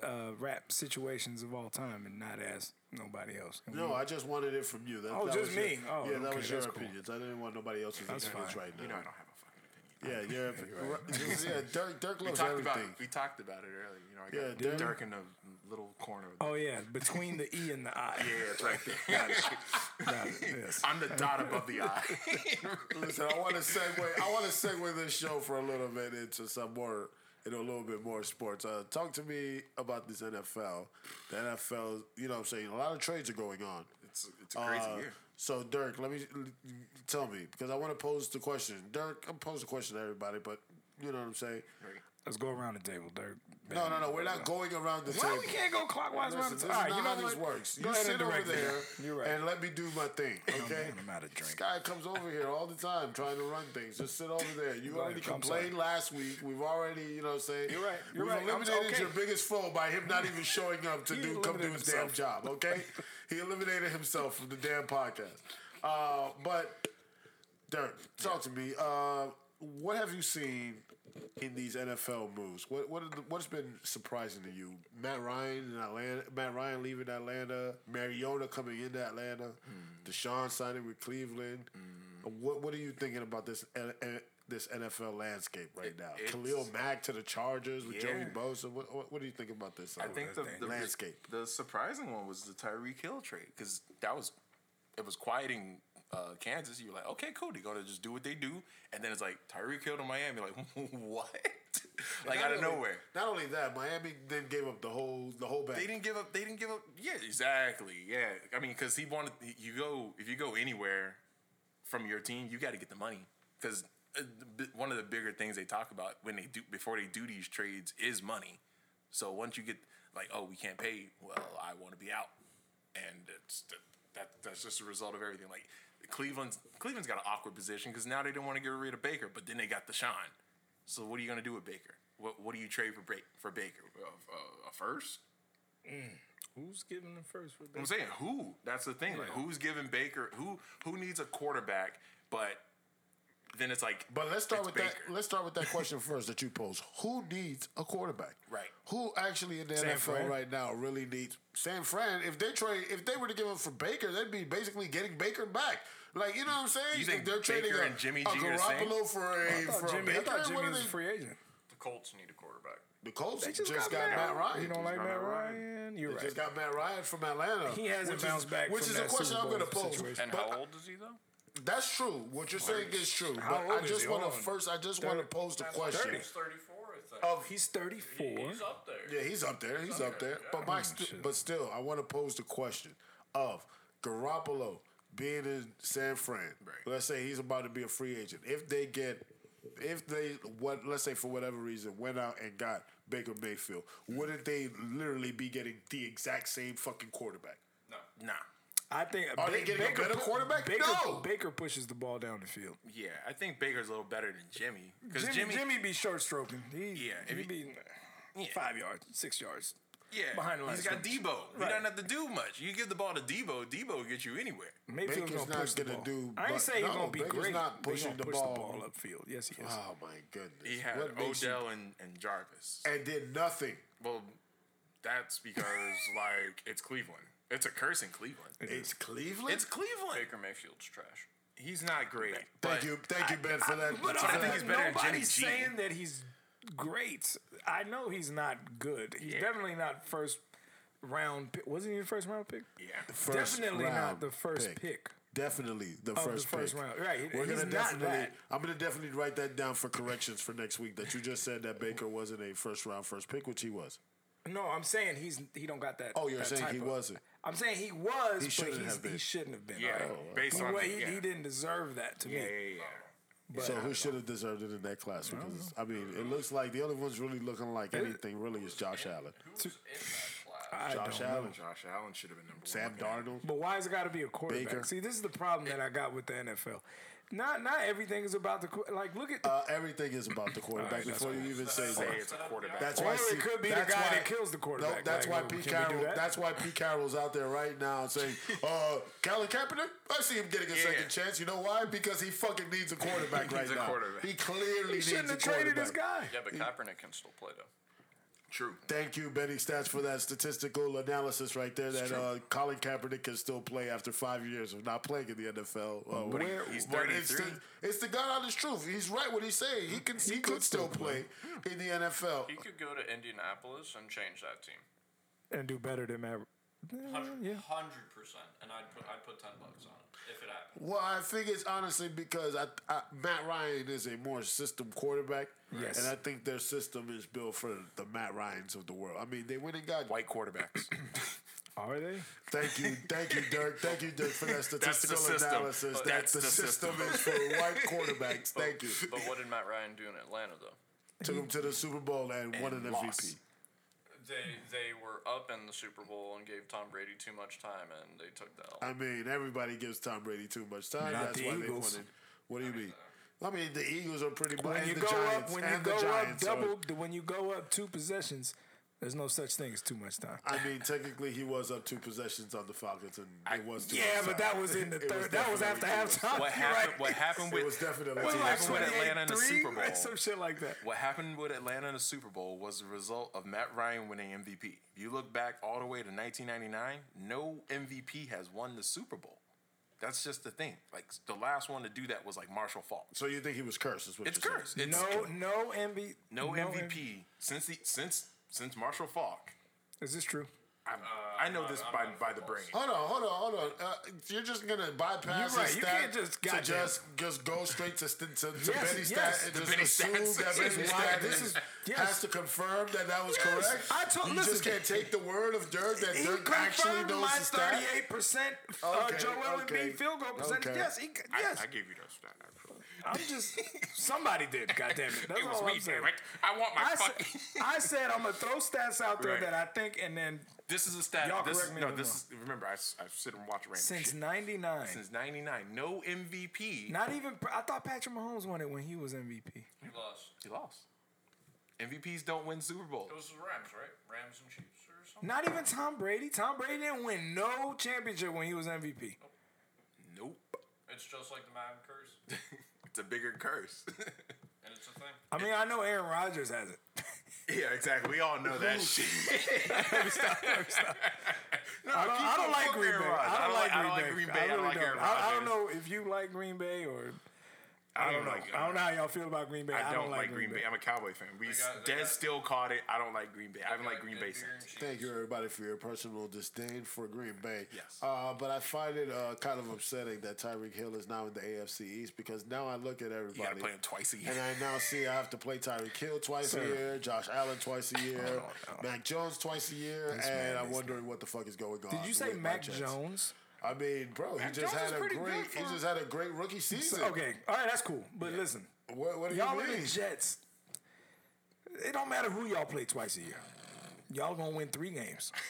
Speaker 4: uh, rap situations of all time and not ask nobody else.
Speaker 2: No, I just wanted it from you. That,
Speaker 4: Oh,
Speaker 2: that
Speaker 4: just
Speaker 2: was
Speaker 4: me.
Speaker 2: Your,
Speaker 4: Oh,
Speaker 2: yeah, that
Speaker 4: okay,
Speaker 2: was your
Speaker 4: that's cool.
Speaker 2: opinions. I didn't want nobody else's opinions
Speaker 4: fine.
Speaker 2: right now.
Speaker 3: You know I don't have a fucking opinion.
Speaker 2: Yeah, Europe. [LAUGHS] yeah, Dirk, Dirk
Speaker 3: We
Speaker 2: loves
Speaker 3: talked about
Speaker 2: everything.
Speaker 3: we talked about it earlier. You know, I
Speaker 2: Yeah,
Speaker 3: got
Speaker 2: Dirk.
Speaker 3: Dirk in the little corner.
Speaker 4: Oh yeah, between the E and the
Speaker 2: [LAUGHS]
Speaker 4: I.
Speaker 3: [LAUGHS] Yeah, it's right there. Got [LAUGHS] it.
Speaker 4: Got it, yes.
Speaker 3: I'm the dot above the [LAUGHS] eye.
Speaker 2: Listen, I want to segue. I want to segue this show for a little bit into some more, into a little bit more sports. Uh, talk to me about this NFL. The NFL, you know, what I'm saying a lot of trades are going on.
Speaker 3: it's, it's a crazy
Speaker 2: Uh,
Speaker 3: year.
Speaker 2: So Dirk, let me tell me because I want to pose the question. Dirk, I'm posing a question to everybody, but you know what I'm saying.
Speaker 3: Right.
Speaker 4: Let's go around the table, Dirk.
Speaker 2: No, no, no. We're not going around the
Speaker 4: Why
Speaker 2: table.
Speaker 4: we can't go clockwise
Speaker 2: Listen,
Speaker 4: around
Speaker 2: this
Speaker 4: the
Speaker 2: is
Speaker 4: table? All right,
Speaker 2: not
Speaker 4: you know
Speaker 2: how
Speaker 4: what?
Speaker 2: this works.
Speaker 4: Go
Speaker 2: You
Speaker 4: ahead and
Speaker 2: sit over
Speaker 4: direct me.
Speaker 2: there
Speaker 4: You're right.
Speaker 2: and let me do my thing, okay?
Speaker 4: I'm out of
Speaker 2: This
Speaker 4: drink.
Speaker 2: guy comes over here all the time trying to run things. Just sit over there. You
Speaker 4: Go
Speaker 2: already
Speaker 4: ahead. I'm
Speaker 2: complained last week. We've already, you know what I'm saying?
Speaker 4: You're right. You're
Speaker 2: We've
Speaker 4: right. I'm
Speaker 2: eliminated
Speaker 4: okay.
Speaker 2: your biggest foe by him not even showing up to
Speaker 4: He
Speaker 2: do come do
Speaker 4: eliminated
Speaker 2: his
Speaker 4: himself.
Speaker 2: damn job, okay? he eliminated himself from the damn podcast. Uh, but, Dirk, talk to me. Uh, what have you seen in these NFL moves? What what are the, what's been surprising to you? Matt Ryan in Atlanta, Matt Ryan leaving Atlanta, Mariota coming into Atlanta,
Speaker 3: Mm.
Speaker 2: Deshaun signing with Cleveland. What what are you thinking about this N- N- this NFL landscape right now?
Speaker 3: it's-
Speaker 2: Khalil Mack to the Chargers with Joey
Speaker 3: Yeah.
Speaker 2: Bosa. What, what what do you think about this?
Speaker 3: I
Speaker 2: uh,
Speaker 3: think the, the
Speaker 2: landscape.
Speaker 3: The surprising one was the Tyreek Hill trade because that was it was quieting uh, Kansas. You were like, okay, cool, they're gonna just do what they do, and then it's like Tyreek Hill to Miami. Like [LAUGHS] what? like
Speaker 2: Not
Speaker 3: out of
Speaker 2: only-
Speaker 3: nowhere.
Speaker 2: Not only that, Miami then gave up the whole the whole
Speaker 3: They
Speaker 2: bag.
Speaker 3: didn't give up. They didn't give up. Yeah, exactly. Yeah, I mean, because he wanted you go if you go anywhere from your team, you got to get the money because one of the bigger things they talk about when they do before they do these trades is money. So once you get like, oh, we can't pay. Well, I want to be out, and it's that that's just a result of everything. Like Cleveland's Cleveland's got an awkward position because now they don't want to get rid of Baker, but then they got Deshaun. So what are you gonna do with Baker? What what do you trade for break for Baker? A, a, a first?
Speaker 4: Who's giving the first for
Speaker 3: I'm saying who. That's the thing. Like who's giving Baker? Who who needs a quarterback? But then it's like.
Speaker 2: But let's start
Speaker 3: it's
Speaker 2: with that.
Speaker 3: Baker.
Speaker 2: Let's start with
Speaker 3: [LAUGHS]
Speaker 2: that question first that you posed. Who needs a quarterback?
Speaker 3: Right.
Speaker 2: Who actually in the NFL
Speaker 4: Fran.
Speaker 2: right now really needs San Fran? If they trade, if they were to give him for Baker, they'd be basically getting Baker back. Like you know what I'm saying?
Speaker 3: You
Speaker 2: If
Speaker 3: think
Speaker 2: they're trading
Speaker 3: Baker
Speaker 2: a,
Speaker 3: and Jimmy
Speaker 2: a
Speaker 3: G are the same?
Speaker 2: Garoppolo for a
Speaker 4: I
Speaker 2: for
Speaker 4: thought
Speaker 2: a
Speaker 4: Jimmy, I
Speaker 2: Baker.
Speaker 4: thought
Speaker 2: what
Speaker 4: Jimmy
Speaker 2: are
Speaker 4: was
Speaker 2: they?
Speaker 4: a free agent.
Speaker 5: The Colts need a quarterback.
Speaker 2: the Colts just, got, Matt Ryan.
Speaker 4: You don't like
Speaker 3: got
Speaker 4: Matt
Speaker 3: Matt
Speaker 4: Ryan?
Speaker 3: Ryan.
Speaker 4: You're
Speaker 2: They
Speaker 4: right.
Speaker 2: just got Matt Ryan from Atlanta.
Speaker 4: He hasn't
Speaker 2: which is-
Speaker 4: bounced back
Speaker 2: Which
Speaker 4: from
Speaker 2: is
Speaker 4: that
Speaker 2: a question
Speaker 4: Super
Speaker 2: I'm going to
Speaker 4: Bowl
Speaker 2: pose.
Speaker 4: situation.
Speaker 5: And how old is he though?
Speaker 2: That's true. What you're saying is true.
Speaker 4: How
Speaker 2: But
Speaker 4: old
Speaker 2: I
Speaker 4: is
Speaker 2: just
Speaker 4: he?
Speaker 2: want
Speaker 4: Hold
Speaker 2: to
Speaker 4: on.
Speaker 2: first. I just want to
Speaker 4: Thirty.
Speaker 2: pose the question.
Speaker 4: Thirty.
Speaker 5: He's 34, I think.
Speaker 2: Of
Speaker 4: Oh, He's 34.
Speaker 5: He- He's up there.
Speaker 2: Yeah, he's up there. He's up there. But my, st- but still, I want to pose the question of Garoppolo being in San Fran. Let's say he's about to be a free agent. If they get, if they what, let's say for whatever reason went out and got Baker Mayfield, wouldn't they literally be getting the exact same fucking quarterback?
Speaker 3: Nah.
Speaker 4: I think
Speaker 2: Are they Oh, getting a better
Speaker 4: pu-
Speaker 2: quarterback?
Speaker 4: Baker,
Speaker 2: No!
Speaker 4: Baker pushes the ball down the field.
Speaker 3: Yeah, I think Baker's a little better than Jimmy because
Speaker 4: Jimmy,
Speaker 3: Jimmy,
Speaker 4: Jimmy, be short stroking. He,
Speaker 3: Yeah, if
Speaker 4: he
Speaker 3: you-
Speaker 4: be five yards, six yards.
Speaker 3: yeah,
Speaker 4: behind the line
Speaker 3: He's
Speaker 4: of
Speaker 3: got
Speaker 4: scrimmage.
Speaker 3: Debo. He
Speaker 4: Right.
Speaker 3: doesn't have to do much. You give the ball to Debo, Debo will get you anywhere.
Speaker 4: Mayfield's
Speaker 2: Baker's
Speaker 4: gonna
Speaker 2: not
Speaker 4: push the
Speaker 2: gonna
Speaker 4: ball.
Speaker 2: do
Speaker 4: I ain't
Speaker 2: but-
Speaker 4: saying he's
Speaker 2: no,
Speaker 4: gonna be
Speaker 2: Baker's
Speaker 4: great.
Speaker 2: not
Speaker 4: They
Speaker 2: pushing
Speaker 4: gonna
Speaker 2: the
Speaker 4: push
Speaker 2: ball.
Speaker 4: the ball upfield. Yes, he is.
Speaker 2: Oh my goodness!
Speaker 3: He had
Speaker 2: What makes you-
Speaker 3: Odell and, and Jarvis.
Speaker 2: and did nothing.
Speaker 3: Well, that's because [LAUGHS] like it's Cleveland. It's a curse in Cleveland.
Speaker 2: It's Cleveland.
Speaker 3: It's Cleveland.
Speaker 5: Baker Mayfield's trash.
Speaker 3: He's not great.
Speaker 2: thank
Speaker 3: but
Speaker 2: you, thank you, Ben, for that.
Speaker 4: but
Speaker 2: for
Speaker 4: I
Speaker 3: I think
Speaker 2: that.
Speaker 3: he's better than Jimmy
Speaker 4: nobody's
Speaker 3: G.
Speaker 4: saying that he's great. I know he's not good. He's
Speaker 3: Yeah.
Speaker 4: definitely not first round. Pick. Wasn't he the first round pick?
Speaker 3: Yeah.
Speaker 2: First
Speaker 4: definitely
Speaker 2: round
Speaker 4: not the first pick.
Speaker 2: Definitely the
Speaker 4: the
Speaker 2: first
Speaker 4: first
Speaker 2: pick.
Speaker 4: round. Right,
Speaker 2: We're
Speaker 4: he's
Speaker 2: gonna
Speaker 4: not
Speaker 2: definitely.
Speaker 4: that.
Speaker 2: I'm gonna definitely write that down for corrections for next week. That you just said that Baker wasn't a first round first pick, which he was.
Speaker 4: No, I'm saying he's he don't got that.
Speaker 2: Oh, you're
Speaker 4: that
Speaker 2: saying
Speaker 4: type
Speaker 2: he
Speaker 4: of-
Speaker 2: wasn't.
Speaker 4: I'm saying he was, but
Speaker 2: shouldn't
Speaker 4: he's,
Speaker 2: have been.
Speaker 4: he shouldn't have been.
Speaker 3: Yeah,
Speaker 4: right?
Speaker 3: based
Speaker 4: He,
Speaker 3: on
Speaker 4: wa-
Speaker 3: the-
Speaker 4: he,
Speaker 3: yeah.
Speaker 4: he didn't deserve that to
Speaker 3: yeah,
Speaker 4: me.
Speaker 3: yeah, yeah.
Speaker 2: so who should have deserved it in that class? Because I, mean, it looks like the only ones really looking like anything really is Josh Allen,
Speaker 5: Who's in that class?
Speaker 4: I
Speaker 2: Josh
Speaker 4: don't know.
Speaker 2: Allen,
Speaker 3: Josh Allen should have been number
Speaker 2: Sam
Speaker 3: one.
Speaker 2: Darnold.
Speaker 4: But why has it got to be a quarterback?
Speaker 2: Baker.
Speaker 4: See, this is the problem that I got with the NFL. Not not everything is about the qu- like. Look at the,
Speaker 2: Uh, everything is [LAUGHS] about the quarterback
Speaker 4: that's
Speaker 2: before you even say
Speaker 3: Say
Speaker 2: that.
Speaker 3: it's a quarterback.
Speaker 2: That's
Speaker 4: Or
Speaker 2: why
Speaker 4: it
Speaker 2: Steve-
Speaker 4: could be the
Speaker 2: that's
Speaker 4: guy
Speaker 2: why-
Speaker 4: that kills the quarterback.
Speaker 2: No, that's
Speaker 4: Like,
Speaker 2: why
Speaker 4: well,
Speaker 2: Pete
Speaker 4: can we do
Speaker 2: Carroll.
Speaker 4: that?
Speaker 2: That's why Pete Carroll's out there right now
Speaker 4: [LAUGHS]
Speaker 2: saying, "Uh, Colin Kaepernick, I see him getting a
Speaker 3: Yeah.
Speaker 2: second chance. You know why? Because he fucking needs
Speaker 4: [LAUGHS]
Speaker 2: a quarterback right
Speaker 3: a
Speaker 2: now.
Speaker 3: quarterback.
Speaker 2: He clearly
Speaker 4: he
Speaker 2: needs
Speaker 4: shouldn't
Speaker 2: a
Speaker 4: have traded
Speaker 2: quarterback.
Speaker 4: this guy.
Speaker 5: Yeah, but Kaepernick can still play though.
Speaker 3: True.
Speaker 2: Thank you, Benny Stats, for that statistical analysis right there. That uh, Colin Kaepernick can still play after five years of not playing in the NFL. Uh,
Speaker 3: But
Speaker 2: [LAUGHS]
Speaker 3: he-
Speaker 2: where-
Speaker 3: he's
Speaker 2: but it's, the,
Speaker 3: 33.
Speaker 2: it's the God honest truth. He's right what he's saying. He can he, could, still play, in the NFL.
Speaker 5: He could go to Indianapolis and change that team.
Speaker 4: and do better than Maverick. Yeah.
Speaker 5: Hundred percent, and I'd put I'd put ten bucks on it if it happened.
Speaker 2: Well, I think it's honestly because I, I, Matt Ryan is a more system quarterback.
Speaker 4: Yes.
Speaker 2: And I think their system is built for the Matt Ryans of the world. I mean, they went and got
Speaker 3: White quarterbacks.
Speaker 4: Are they?
Speaker 2: Thank you, thank you, Dirk. Thank you, Dirk,
Speaker 4: [LAUGHS]
Speaker 2: for that statistical
Speaker 3: system.
Speaker 2: analysis.
Speaker 4: Oh,
Speaker 2: That
Speaker 3: That's
Speaker 2: the,
Speaker 3: the
Speaker 2: system,
Speaker 3: system.
Speaker 2: is for white
Speaker 4: [LAUGHS]
Speaker 2: quarterbacks. Thank you.
Speaker 4: Oh.
Speaker 5: But what did Matt Ryan do in Atlanta though?
Speaker 2: Took him to the Super Bowl and, won an
Speaker 3: lost.
Speaker 2: MVP.
Speaker 5: They they were up in the Super Bowl and gave Tom Brady too much time, and they took that. L.
Speaker 2: I mean, everybody gives Tom Brady too much time.
Speaker 4: Not
Speaker 2: That's
Speaker 4: the
Speaker 2: why they won
Speaker 4: Eagles.
Speaker 2: it. What do you mean? I mean, the Eagles are pretty much.
Speaker 4: When
Speaker 2: and
Speaker 4: you
Speaker 2: the
Speaker 4: go
Speaker 2: Giants,
Speaker 4: up, when you
Speaker 2: and
Speaker 4: go
Speaker 2: the
Speaker 4: up
Speaker 2: Giants are-
Speaker 4: double, when you go up two possessions, there's no such thing as too much time.
Speaker 2: I mean, technically, he was up two possessions on the Falcons, and it was. Two
Speaker 4: Yeah, but that was in the
Speaker 2: [LAUGHS] It was
Speaker 4: third. That was after
Speaker 2: definitely two
Speaker 4: halftime.
Speaker 3: [COUGHS]
Speaker 4: [LAUGHS]
Speaker 3: what
Speaker 4: You're
Speaker 3: happened?
Speaker 4: right.
Speaker 3: What happened
Speaker 2: It
Speaker 3: with
Speaker 2: was definitely.
Speaker 3: what
Speaker 2: two
Speaker 3: happened
Speaker 2: possessions.
Speaker 3: with Atlanta in the
Speaker 4: 28-3,
Speaker 3: Super Bowl?
Speaker 4: Some shit like that.
Speaker 3: What happened with Atlanta in the Super Bowl was the result of Matt Ryan winning MVP. If you look back all the way to 1999, no MVP has won the Super Bowl. That's just the thing. Like the last one to do that was like Marshall Falk.
Speaker 2: So you think he was cursed? Is what
Speaker 3: It's
Speaker 2: you're saying.
Speaker 3: cursed. It's
Speaker 4: No, no MVP.
Speaker 3: no, MVP since the since since Marshall Falk.
Speaker 4: Is this true?
Speaker 3: Uh, I'm, I know this by by the brain.
Speaker 2: Hold on, hold on, hold on. Uh, you're just gonna bypass
Speaker 4: You're right.
Speaker 2: his
Speaker 4: You
Speaker 2: stat
Speaker 4: can't just-
Speaker 2: to
Speaker 4: goddamn.
Speaker 2: just just go straight to st- to, to
Speaker 4: Yes,
Speaker 2: Benny's
Speaker 4: yes.
Speaker 2: stat and
Speaker 3: The
Speaker 2: just
Speaker 3: Benny
Speaker 2: assume
Speaker 3: stats.
Speaker 2: that
Speaker 3: Yes,
Speaker 2: Benny's
Speaker 4: yes,
Speaker 2: stat
Speaker 4: this
Speaker 2: is,
Speaker 4: is- yes.
Speaker 2: has to confirm that that was
Speaker 4: Yes.
Speaker 2: correct.
Speaker 4: I told-
Speaker 2: you just
Speaker 4: listen.
Speaker 2: can't take the word of Dirk that
Speaker 4: He
Speaker 2: Dirk actually
Speaker 4: confirmed
Speaker 2: knows
Speaker 4: my
Speaker 2: the stat.
Speaker 4: thirty-eight percent uh,
Speaker 2: Okay,
Speaker 4: Joel
Speaker 2: okay,
Speaker 4: Embiid field goal percentage.
Speaker 2: okay.
Speaker 4: Yes, he, yes.
Speaker 3: I, I gave you that stat. Actually.
Speaker 4: I, am just somebody did. God damn it,
Speaker 3: [LAUGHS]
Speaker 4: that's
Speaker 3: It was
Speaker 4: all
Speaker 3: me,
Speaker 4: I'm saying.
Speaker 3: damn it. I want my
Speaker 4: I, sa-
Speaker 3: fucking.
Speaker 4: I said I'm gonna throw stats out there
Speaker 3: Right.
Speaker 4: that I think, and then
Speaker 3: this is a stat.
Speaker 4: Y'all
Speaker 3: this,
Speaker 4: correct me if
Speaker 3: no,
Speaker 4: I'm
Speaker 3: this is, remember I, s- I sit and watch random
Speaker 4: since
Speaker 3: shit.
Speaker 4: '99,
Speaker 3: since '99, no MVP.
Speaker 4: not even I thought Patrick Mahomes won it when he was MVP.
Speaker 5: He lost.
Speaker 3: He lost. MVPs don't win Super Bowl.
Speaker 5: It was the Rams, right? Rams and Chiefs or something.
Speaker 4: Not even Tom Brady. Tom Brady didn't win no championship when he was MVP.
Speaker 3: Nope.
Speaker 5: It's just like the Madden curse,
Speaker 3: It's a bigger
Speaker 4: [LAUGHS]
Speaker 3: curse.
Speaker 5: and it's a thing.
Speaker 4: I mean, I know Aaron Rodgers has it.
Speaker 3: yeah, exactly. We all know that [LAUGHS] shit. No,
Speaker 4: I don't,
Speaker 3: keep
Speaker 4: I
Speaker 3: on
Speaker 4: don't like
Speaker 3: fucking
Speaker 4: Green Bay.
Speaker 3: Aaron Rodgers.
Speaker 4: I don't like Green Bay.
Speaker 3: I don't like Green Bay. I don't
Speaker 4: really
Speaker 3: like Aaron
Speaker 4: don't. I- I don't
Speaker 3: Rodgers.
Speaker 4: know if you like Green Bay or
Speaker 3: I don't know.
Speaker 4: I don't know how y'all feel about Green Bay.
Speaker 3: I don't, like Green Bay. I'm a Cowboy fan. We
Speaker 5: got- they
Speaker 3: dead
Speaker 5: got-
Speaker 3: still caught it. I don't like Green Bay. [LAUGHS] I haven't liked
Speaker 5: Got
Speaker 3: Green
Speaker 5: good
Speaker 3: Bay
Speaker 5: beer and
Speaker 3: since.
Speaker 5: cheese.
Speaker 2: Thank you, everybody, for your personal disdain for Green Bay.
Speaker 3: Yes.
Speaker 2: Uh, but I find it uh, kind of upsetting that Tyreek Hill is now in the AFC East because now I look at everybody.
Speaker 3: You gotta play him twice a year.
Speaker 2: And I now see I have to play Tyreek Hill twice a year, Josh Allen twice
Speaker 3: Oh,
Speaker 2: a year, Mac Jones twice a year, and
Speaker 4: man
Speaker 2: I'm
Speaker 4: is-
Speaker 2: wondering what the fuck is going on.
Speaker 4: Did you say
Speaker 2: with my
Speaker 4: Mac
Speaker 2: Jets.
Speaker 4: Jones?
Speaker 2: I mean, bro, he just
Speaker 3: Jones is
Speaker 2: had a
Speaker 3: pretty good
Speaker 2: great
Speaker 3: for
Speaker 2: he
Speaker 3: him.
Speaker 2: just had a great rookie season.
Speaker 4: So- okay, all right, that's cool. But listen,
Speaker 2: What, what do
Speaker 4: y'all
Speaker 2: you
Speaker 4: are
Speaker 2: mean?
Speaker 4: the Jets. It don't matter who y'all play twice a year. Y'all gonna win three games.
Speaker 3: [LAUGHS]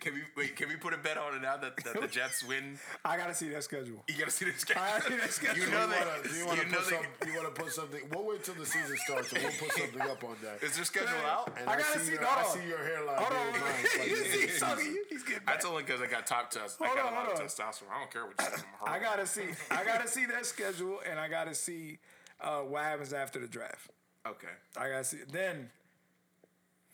Speaker 3: Can we wait? Can we put a bet on it now that, that
Speaker 4: [LAUGHS]
Speaker 3: the Jets win?
Speaker 4: I gotta see that schedule.
Speaker 3: You gotta see this guy.
Speaker 4: I see that schedule.
Speaker 3: You
Speaker 2: Do
Speaker 3: know
Speaker 2: you wanna-
Speaker 3: that.
Speaker 2: do you want to
Speaker 3: [LAUGHS] you know
Speaker 2: put,
Speaker 3: they-
Speaker 2: some, you wanna put something? We'll wait till the season starts and we'll put something up on that.
Speaker 3: Is their schedule out?
Speaker 2: And
Speaker 4: I gotta see-
Speaker 2: your,
Speaker 4: hold
Speaker 2: I
Speaker 4: on.
Speaker 2: see your hairline.
Speaker 4: Hold [LAUGHS]
Speaker 2: being [LAUGHS]
Speaker 4: on.
Speaker 2: lined like
Speaker 4: You
Speaker 2: this.
Speaker 4: see, so he- he's getting back.
Speaker 3: That's only because I got top test. I
Speaker 4: Hold
Speaker 3: got
Speaker 4: on,
Speaker 3: a lot
Speaker 4: hold
Speaker 3: of
Speaker 4: on.
Speaker 3: testosterone. I don't care what you think. I'm
Speaker 4: I
Speaker 3: horrible.
Speaker 4: gotta see. I gotta see their schedule, and I gotta see uh, what happens after the draft.
Speaker 3: Okay.
Speaker 4: I gotta see. Then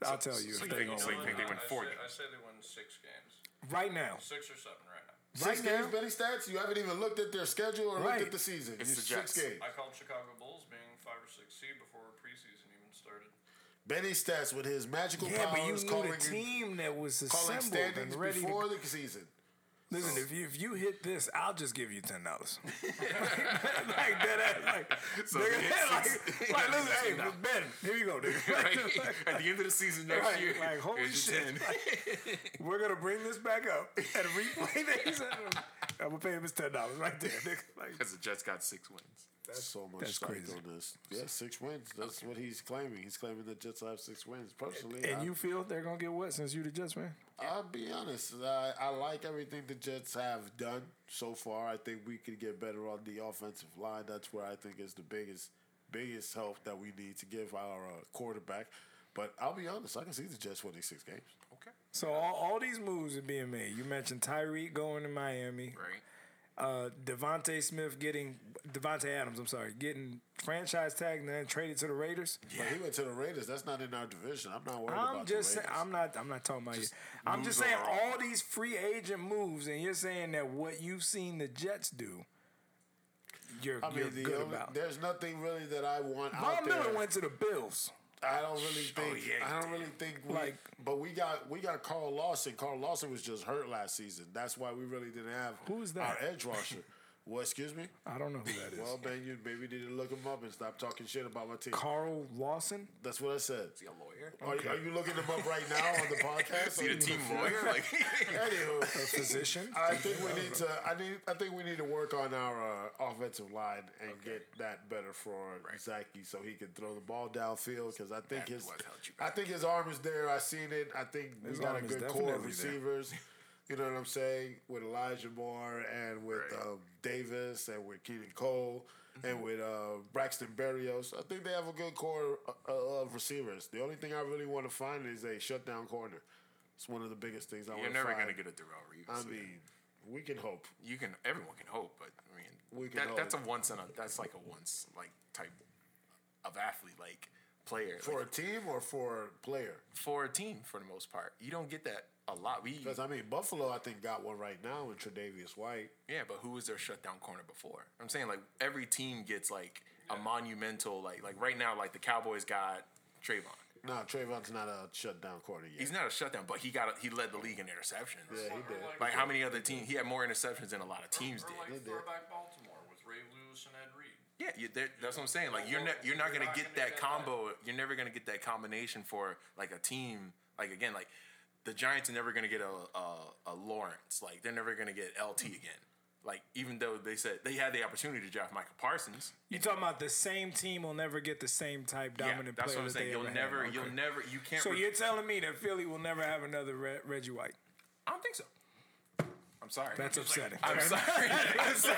Speaker 4: I'll tell you.
Speaker 3: so
Speaker 4: if
Speaker 3: you
Speaker 4: they
Speaker 3: think-
Speaker 4: gonna
Speaker 3: so you
Speaker 4: win.
Speaker 3: think- they
Speaker 5: I-
Speaker 3: win
Speaker 5: I
Speaker 3: 40.
Speaker 5: Say, I say they win six games,
Speaker 4: right now,
Speaker 5: six or seven right now.
Speaker 2: Six
Speaker 4: Right
Speaker 2: games,
Speaker 4: now-
Speaker 2: Benny Stats. You haven't even looked at their schedule or
Speaker 4: Right.
Speaker 2: looked at the season.
Speaker 3: It's
Speaker 2: You-
Speaker 3: the
Speaker 2: six
Speaker 3: Jets.
Speaker 2: games.
Speaker 5: I called Chicago Bulls being five or six seed before preseason even started.
Speaker 2: Benny Stats with his magical
Speaker 4: yeah, but you
Speaker 2: powers
Speaker 4: knew
Speaker 2: calling,
Speaker 4: the team that was
Speaker 2: calling
Speaker 4: assembled and
Speaker 2: standings
Speaker 4: ready. To,
Speaker 2: before the season.
Speaker 4: listen, if you if you hit this, I'll just give you ten dollars. [LAUGHS] like that, ass, like,
Speaker 3: So
Speaker 4: nigga,
Speaker 3: if you hit
Speaker 4: like,
Speaker 3: [LAUGHS]
Speaker 4: [LAUGHS]
Speaker 3: six-
Speaker 4: like, listen, hey,
Speaker 3: Nah.
Speaker 4: Ben, here you go, nigga.
Speaker 3: [LAUGHS] Right.
Speaker 4: [LAUGHS] Like,
Speaker 3: At the end of the season next
Speaker 4: Right,
Speaker 3: year,
Speaker 4: like, holy
Speaker 3: here's your
Speaker 4: shit.
Speaker 3: 10. [LAUGHS]
Speaker 4: we're gonna bring this back up [LAUGHS] and replay this. I'm gonna pay him his ten dollars right there, nigga. Like,
Speaker 3: [LAUGHS] Because the Jets got six wins.
Speaker 2: That's so much
Speaker 4: that's
Speaker 2: psych
Speaker 4: crazy.
Speaker 2: on this. Yeah, six wins. That's what he's claiming. He's claiming the Jets have six wins. Personally, I,
Speaker 4: and you feel they're gonna get what since you the Jets man?
Speaker 2: I'll be honest. I, I like everything the Jets have done so far. I think we could get better on the offensive line. That's where I think is the biggest biggest help that we need to give our uh, quarterback. But I'll be honest. I can see the Jets winning six games.
Speaker 3: Okay.
Speaker 4: So all, all these moves are being made. You mentioned Tyreek going to Miami.
Speaker 3: Right.
Speaker 4: Uh, Devonte Smith getting Devonte Adams. I'm sorry, getting franchise tag and then traded to the Raiders.
Speaker 2: But he went to the Raiders. That's not in our division. I'm not worried
Speaker 4: I'm
Speaker 2: about
Speaker 4: just
Speaker 2: the
Speaker 4: saying.
Speaker 2: Raiders.
Speaker 4: I'm not. I'm not talking about you. I'm just
Speaker 3: moves
Speaker 4: saying
Speaker 3: overall.
Speaker 4: all these free agent moves, and you're saying that what you've seen the Jets do, you're,
Speaker 2: i mean,
Speaker 4: you're
Speaker 2: the
Speaker 4: good
Speaker 2: only-
Speaker 4: about.
Speaker 2: there's nothing really that I want out
Speaker 4: Von
Speaker 2: there.
Speaker 4: Miller went to the Bills.
Speaker 2: I don't really think.
Speaker 3: Oh, yeah,
Speaker 2: I
Speaker 3: he
Speaker 2: don't really think. We,
Speaker 4: Like-
Speaker 2: but we got we got Carl Lawson. Carl Lawson was just hurt last season. That's why we really didn't have
Speaker 4: Who's that?
Speaker 2: our edge rusher.
Speaker 3: [LAUGHS]
Speaker 2: well, excuse me.
Speaker 4: I don't know who that is.
Speaker 2: Well, man, you maybe need to look him up and stop talking shit about my team.
Speaker 4: Carl Lawson.
Speaker 2: That's what I said.
Speaker 3: Is he a lawyer?
Speaker 2: Are, you- are you looking him up right now
Speaker 3: [LAUGHS]
Speaker 2: on the podcast?
Speaker 3: Is he the team lawyer? Like, [LAUGHS]
Speaker 2: [LAUGHS] Anywho,
Speaker 4: a physician.
Speaker 2: I think we need to. I need. I think we need to work on our uh, offensive line and get that better for Zaki, so he can throw the ball downfield. Because I think
Speaker 3: That
Speaker 2: his,
Speaker 3: was held you
Speaker 2: I think his arm is there. I seen it. I think
Speaker 4: His
Speaker 2: we got a
Speaker 4: arm is
Speaker 2: good core of
Speaker 4: definitely there.
Speaker 2: receivers.
Speaker 4: [LAUGHS]
Speaker 2: You know what I'm saying? With Elijah Moore and with
Speaker 3: Right. Mm-hmm.
Speaker 2: um, Davis and with Keaton Cole and with uh, Braxton Berrios, I think they have a good core uh, uh, of receivers. The only thing I really want to find is a shutdown corner. It's one of the biggest things I want
Speaker 3: you're
Speaker 2: to
Speaker 3: never
Speaker 2: find.
Speaker 3: gonna get a Darrell Reeves.
Speaker 2: I
Speaker 3: so
Speaker 2: mean, we can hope.
Speaker 3: you can. Everyone can hope, but I mean,
Speaker 2: We can
Speaker 3: that, that's a
Speaker 2: hope.
Speaker 3: once in a. That's like a once like type of athlete, like player
Speaker 2: For
Speaker 3: like,
Speaker 2: a team or for a player?
Speaker 3: for a team for the most part. You don't get that a lot. We
Speaker 2: Because, I mean, Buffalo, I think, got one right now in Tredavious White.
Speaker 3: yeah, but who was their shutdown corner before? I'm saying like every team gets like a monumental like like right now like the Cowboys got Trayvon.
Speaker 2: No, Trayvon's not a shutdown corner yet.
Speaker 3: He's not a shutdown, but he got a, he led the league in interceptions.
Speaker 2: yeah, he did.
Speaker 3: Like how many other teams? He had more interceptions than a lot of teams
Speaker 5: Or
Speaker 3: did.
Speaker 5: like
Speaker 2: did.
Speaker 5: throwback Baltimore with Ray Lewis and Ed Reed.
Speaker 3: Yeah, you, that- that's what I'm saying. Like you're not you're not gonna get that combo. You're never gonna get that combination for like a team. Like again, like the Giants are never gonna get a a, a Lawrence. Like they're never gonna get LT again. Like even though they said they had the opportunity to draft Michael Parsons,
Speaker 4: You talking about the same team will never get the same type
Speaker 3: yeah,
Speaker 4: dominant
Speaker 3: that's
Speaker 4: player
Speaker 3: what I'm
Speaker 4: that
Speaker 3: saying.
Speaker 4: they
Speaker 3: You'll
Speaker 4: ever had.
Speaker 3: never, you'll
Speaker 4: Okay.
Speaker 3: never, you can't.
Speaker 4: So
Speaker 3: re-
Speaker 4: you're telling me that Philly will never have another Re- Reggie White?
Speaker 3: I don't think so. I'm sorry.
Speaker 4: That's upsetting.
Speaker 3: [LAUGHS] I'm
Speaker 4: [LAUGHS]
Speaker 3: sorry. I'm sorry.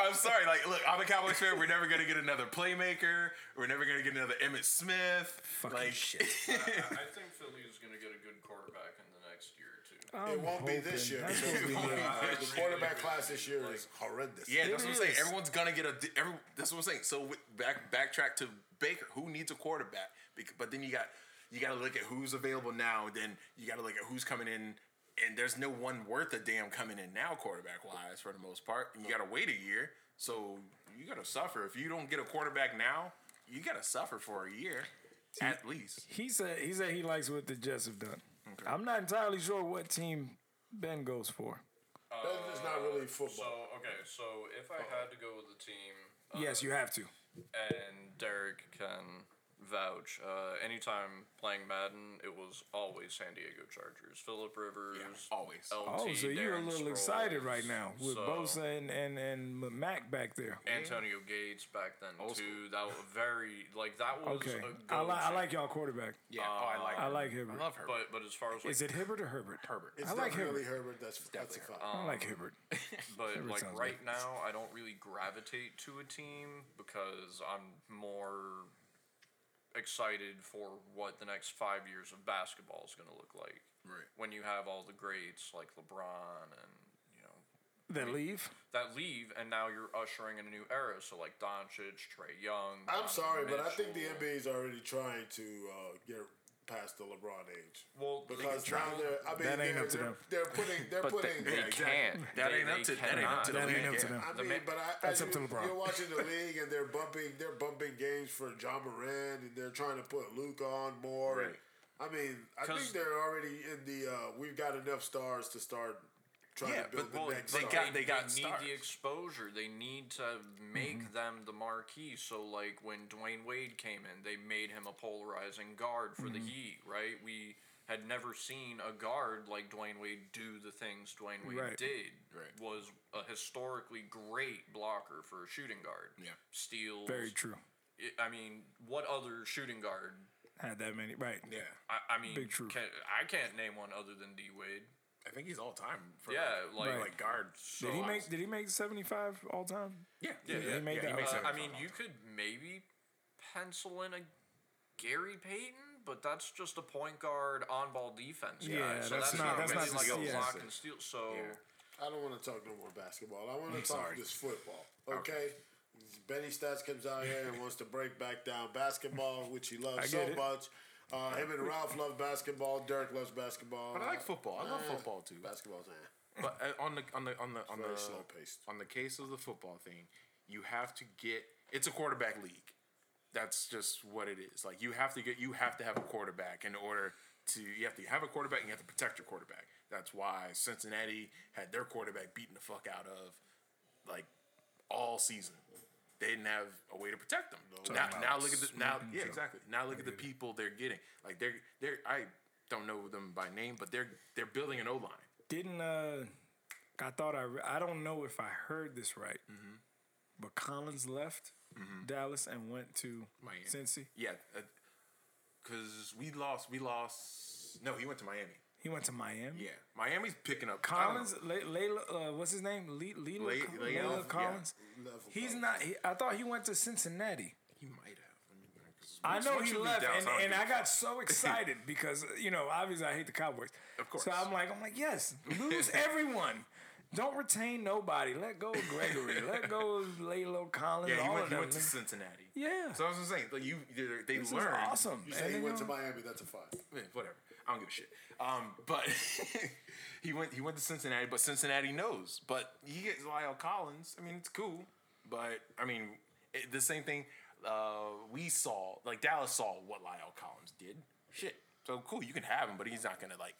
Speaker 3: I'm sorry. Like, look, I'm a Cowboys fan. We're never gonna get another playmaker. We're never gonna get another Emmett Smith. like, [LAUGHS]
Speaker 4: shit.
Speaker 5: I, I think Philly is going to get a good quarterback in the next year or two.
Speaker 4: I'm
Speaker 2: [LAUGHS] It won't be this
Speaker 4: hoping-
Speaker 2: year.
Speaker 4: that's what we need.
Speaker 2: the quarterback class this year is horrendous.
Speaker 3: Yeah, that's what I'm saying.
Speaker 4: is.
Speaker 3: Everyone's gonna get a. di- Every, that's what I'm saying. So with- back backtrack to Baker. Who needs a quarterback? Bec- But then you got you got to look at who's available now. Then you got to look at who's coming in. And there's no one worth a damn coming in now, quarterback wise, for the most part. You got to wait a year, so you got to suffer. If you don't get a quarterback now, you got to suffer for a year, at least.
Speaker 4: He said he said he likes what the Jets have done. I'm not entirely sure what team Ben goes for.
Speaker 2: That's just not really
Speaker 5: So,
Speaker 2: football.
Speaker 5: okay, so if I had to go with the team, uh,
Speaker 4: Yes, you have to.
Speaker 5: and Derek can vouch. Uh, anytime playing Madden, it was always San Diego Chargers. Philip Rivers,
Speaker 3: always.
Speaker 5: LT,
Speaker 4: Oh, so you're a
Speaker 5: Darren
Speaker 4: little
Speaker 5: Sproles,
Speaker 4: excited right now with
Speaker 5: so-
Speaker 4: Bosa and, and, and Mac back there.
Speaker 5: Antonio Gates back then too. That was very like that was
Speaker 4: Okay,
Speaker 5: a good.
Speaker 4: I, li- I
Speaker 5: team.
Speaker 4: like y'all quarterback.
Speaker 3: Yeah. oh, I like.
Speaker 4: I
Speaker 3: Herbert.
Speaker 4: like Hibbert.
Speaker 3: I love her.
Speaker 5: But but as far as like
Speaker 4: Is it Hibbert or Herbert?
Speaker 3: Herbert.
Speaker 2: It's
Speaker 4: I like
Speaker 2: definitely Herbert. That's, that's a
Speaker 3: definitely
Speaker 2: fact.
Speaker 4: I like Hibbert.
Speaker 5: but
Speaker 4: Favorite
Speaker 5: like
Speaker 4: sounds
Speaker 5: right now I don't really gravitate to a team because I'm more excited for what the next 5 years of basketball is going to look like.
Speaker 3: Right.
Speaker 5: When you have all the greats like LeBron and you know
Speaker 4: That leave.
Speaker 5: that leave and now you're ushering in a new era so like Doncic, Trey Young.
Speaker 2: I'm
Speaker 5: Donovan
Speaker 2: sorry, but I think the
Speaker 5: Mitchell.
Speaker 2: NBA is already trying to uh, get past the LeBron age.
Speaker 5: well
Speaker 2: Because now they're, I mean,
Speaker 4: That
Speaker 2: they're,
Speaker 4: ain't up to
Speaker 2: they're,
Speaker 4: them.
Speaker 2: they're putting, they're
Speaker 5: but
Speaker 2: putting,
Speaker 5: they, they
Speaker 3: exactly.
Speaker 5: can't.
Speaker 3: That
Speaker 5: They-
Speaker 3: ain't up
Speaker 5: they
Speaker 3: to that ain't up
Speaker 5: cannot.
Speaker 3: to
Speaker 4: That
Speaker 3: the league.
Speaker 4: ain't up to
Speaker 3: yeah.
Speaker 4: them.
Speaker 2: I
Speaker 5: The
Speaker 2: mean,
Speaker 5: ma-
Speaker 2: but I,
Speaker 4: That's
Speaker 2: as
Speaker 4: up to
Speaker 2: you-
Speaker 4: LeBron.
Speaker 2: You're watching
Speaker 3: [LAUGHS]
Speaker 2: the league, and they're bumping, they're bumping games for John Moran, and they're trying to put Luke on more.
Speaker 3: Right.
Speaker 2: I mean, I
Speaker 5: 'Cause-
Speaker 2: think they're already in the. Uh, we've got enough stars to start trying
Speaker 3: Yeah,
Speaker 2: to build
Speaker 3: but,
Speaker 2: the
Speaker 3: well,
Speaker 2: next.
Speaker 3: they
Speaker 2: star.
Speaker 3: got- they got
Speaker 5: need
Speaker 3: stars. Mm-hmm.
Speaker 5: the exposure. They need to make them the marquee. So like when Dwayne Wade came in, they made him a polarizing guard for
Speaker 3: Mm-hmm.
Speaker 5: the Heat, right? We had never seen a guard like Dwayne Wade do the things Dwayne Wade
Speaker 4: Right.
Speaker 5: did.
Speaker 3: Right.
Speaker 5: Was a historically great blocker for a shooting guard.
Speaker 3: Yeah.
Speaker 5: Steals.
Speaker 4: Very true.
Speaker 5: I- I mean, what other shooting guard?
Speaker 4: Had that many. Right.
Speaker 3: Yeah.
Speaker 5: I, I mean,
Speaker 4: Big truth.
Speaker 5: Can, I can't name one other than D Wade.
Speaker 3: I think he's all time. For
Speaker 5: Yeah,
Speaker 3: like,
Speaker 5: like-
Speaker 3: like guard.
Speaker 5: So
Speaker 4: Did he make? Did he make seventy five all time?
Speaker 3: Yeah, yeah,
Speaker 4: He made that
Speaker 5: Uh,
Speaker 4: makes
Speaker 5: I mean, you could maybe pencil in a Gary Payton, but that's just a point guard on ball defense. guy.
Speaker 4: Yeah,
Speaker 5: so
Speaker 4: that's
Speaker 5: that's,
Speaker 4: not-
Speaker 5: not,
Speaker 4: that's
Speaker 5: really
Speaker 4: not
Speaker 5: like
Speaker 4: the-
Speaker 5: a
Speaker 4: yeah.
Speaker 5: lock and steal. So
Speaker 3: Yeah.
Speaker 2: I don't want to talk no more basketball. I want to talk
Speaker 3: sorry.
Speaker 2: just football. Okay? Benny Stats comes out here and wants to break back down basketball, which he loves
Speaker 4: I
Speaker 2: so
Speaker 4: get it.
Speaker 2: much. Uh, him
Speaker 3: [LAUGHS]
Speaker 2: and Ralph love basketball. Dirk loves basketball.
Speaker 3: But I like football. I love
Speaker 2: eh,
Speaker 3: football too. Uh,
Speaker 2: Basketball's eh.
Speaker 3: But uh, on the on the on the on
Speaker 2: Very
Speaker 3: the
Speaker 2: slow paced.
Speaker 3: on the case of the football thing, you have to get. It's a quarterback league. That's just what it is. Like you have to get. You have to have a quarterback in order to. You have to have a quarterback. and You have to protect your quarterback. That's why Cincinnati had their quarterback beaten the fuck out of, like, all season. They didn't have a way to protect them. Now,
Speaker 4: Talking
Speaker 3: now
Speaker 4: about
Speaker 3: look at the now.
Speaker 4: smoking
Speaker 3: Yeah,
Speaker 4: Joe.
Speaker 3: exactly. Now look at the people they're getting. Like they're they're. I don't know them by name, but they're they're building an O line.
Speaker 4: Didn't uh, I thought I re- I don't know if I heard this right,
Speaker 3: Mm-hmm.
Speaker 4: but Collins left Dallas and went to
Speaker 3: Miami.
Speaker 4: Cincy.
Speaker 3: Yeah, because we lost. We lost. No, he went to Miami.
Speaker 4: He went to Miami.
Speaker 3: Yeah, Miami's picking up. I don't
Speaker 4: Collins, Le- Layla, uh, what's his name? Le- Leila,
Speaker 3: Lay-
Speaker 4: Co-
Speaker 3: Leila,
Speaker 4: Leila
Speaker 3: yeah.
Speaker 4: Collins.
Speaker 2: Level
Speaker 4: He's
Speaker 2: up.
Speaker 4: not. He, I thought he went to Cincinnati.
Speaker 3: know. He might have. Let me- 'cause
Speaker 4: I
Speaker 3: once-
Speaker 4: know
Speaker 3: once
Speaker 4: he
Speaker 3: you leave
Speaker 4: left,
Speaker 3: Dallas,
Speaker 4: and, and
Speaker 3: don't
Speaker 4: I
Speaker 3: give a
Speaker 4: got so
Speaker 3: [LAUGHS]
Speaker 4: excited because you know obviously I hate the Cowboys.
Speaker 3: Of course.
Speaker 4: So I'm like, I'm like, yes, lose
Speaker 3: [LAUGHS]
Speaker 4: everyone. Don't retain nobody. Let go of Gregory. Let go of Lalo
Speaker 3: fuck.
Speaker 4: Collins.
Speaker 3: Yeah, he
Speaker 4: all
Speaker 3: went,
Speaker 4: of
Speaker 3: he
Speaker 4: them.
Speaker 3: went to Cincinnati.
Speaker 4: yeah.
Speaker 3: So I was just saying, like you, they're- they
Speaker 4: this
Speaker 3: learned.
Speaker 4: is awesome.
Speaker 2: You say he
Speaker 4: And
Speaker 2: went
Speaker 4: then,
Speaker 2: to Miami. That's a five.
Speaker 3: Yeah, whatever. I don't give a shit. Um, but [LAUGHS] he went. He went to Cincinnati, but Cincinnati knows. But he gets Lyle Collins. I mean, it's cool. But I mean, it, the same thing uh, we saw. Like Dallas saw what Lyle Collins did. Shit. So cool. You can have him, but he's not gonna like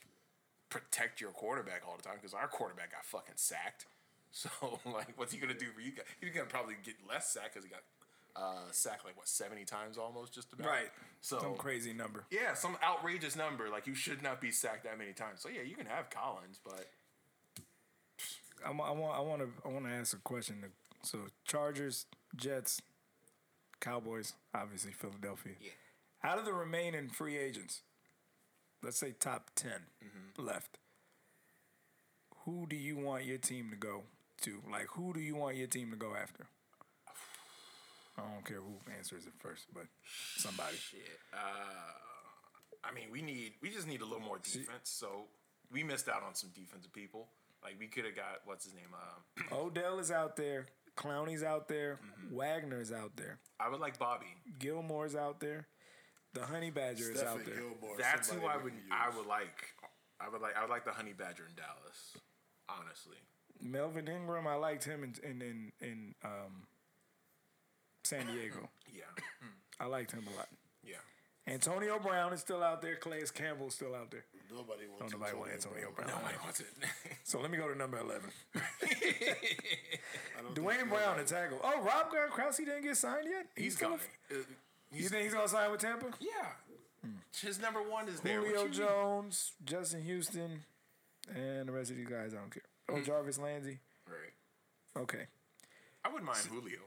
Speaker 3: protect your quarterback all the time because our quarterback got fucking sacked. [LAUGHS] So like, what's he gonna do for you guys? He's gonna probably get less sacked because he got uh, sacked like what seventy times almost just about.
Speaker 4: Right.
Speaker 3: So
Speaker 4: Some crazy number.
Speaker 3: yeah, some outrageous number. Like you should not be sacked that many times. So yeah, you can have Collins, but
Speaker 4: I'm, I want. I want to. I want to ask a question. So Chargers, Jets, Cowboys, obviously Philadelphia. Yeah. Out of the remaining free agents, let's say top 10 left. Who do you want your team to go to? Like, who do you want your team to go after? I don't care who answers it first, but somebody.
Speaker 3: I mean, we need we just need a little more defense. So we missed out on some defensive people. Like we could have got what's his name. Uh,
Speaker 4: Odell is out there. Clowney's out there. Wagner's out there.
Speaker 3: I would like Bobby.
Speaker 4: Gilmore's out there. The Honey Badger is out
Speaker 2: Stephen
Speaker 4: there.
Speaker 2: Gilmore.
Speaker 3: That's who I
Speaker 2: somebody we
Speaker 3: would
Speaker 2: can use.
Speaker 3: I would like. I would like I would like the Honey Badger in Dallas. Honestly,
Speaker 4: Melvin Ingram, I liked him in in in, in um, San Diego.
Speaker 3: [LAUGHS] yeah,
Speaker 4: I liked him a lot.
Speaker 3: yeah.
Speaker 4: Antonio Brown is still out there. Clay's Campbell is still out there.
Speaker 2: Nobody wants
Speaker 4: Don't nobody want Antonio Brown.
Speaker 3: Nobody wants it. [LAUGHS]
Speaker 4: So let me go to number eleven. Dwayne Brown, a tackle. Oh, Rob Gronkowski didn't get signed yet.
Speaker 3: he's
Speaker 4: still a-
Speaker 3: coming. Uh,
Speaker 4: You think he's gonna sign with Tampa?
Speaker 3: yeah, his number one is there. What
Speaker 4: Julio
Speaker 3: you mean?
Speaker 4: Jones, Justin Houston, and the rest of these guys. I don't care. Oh, Jarvis Landry.
Speaker 3: Right.
Speaker 4: Okay.
Speaker 3: I wouldn't mind Julio.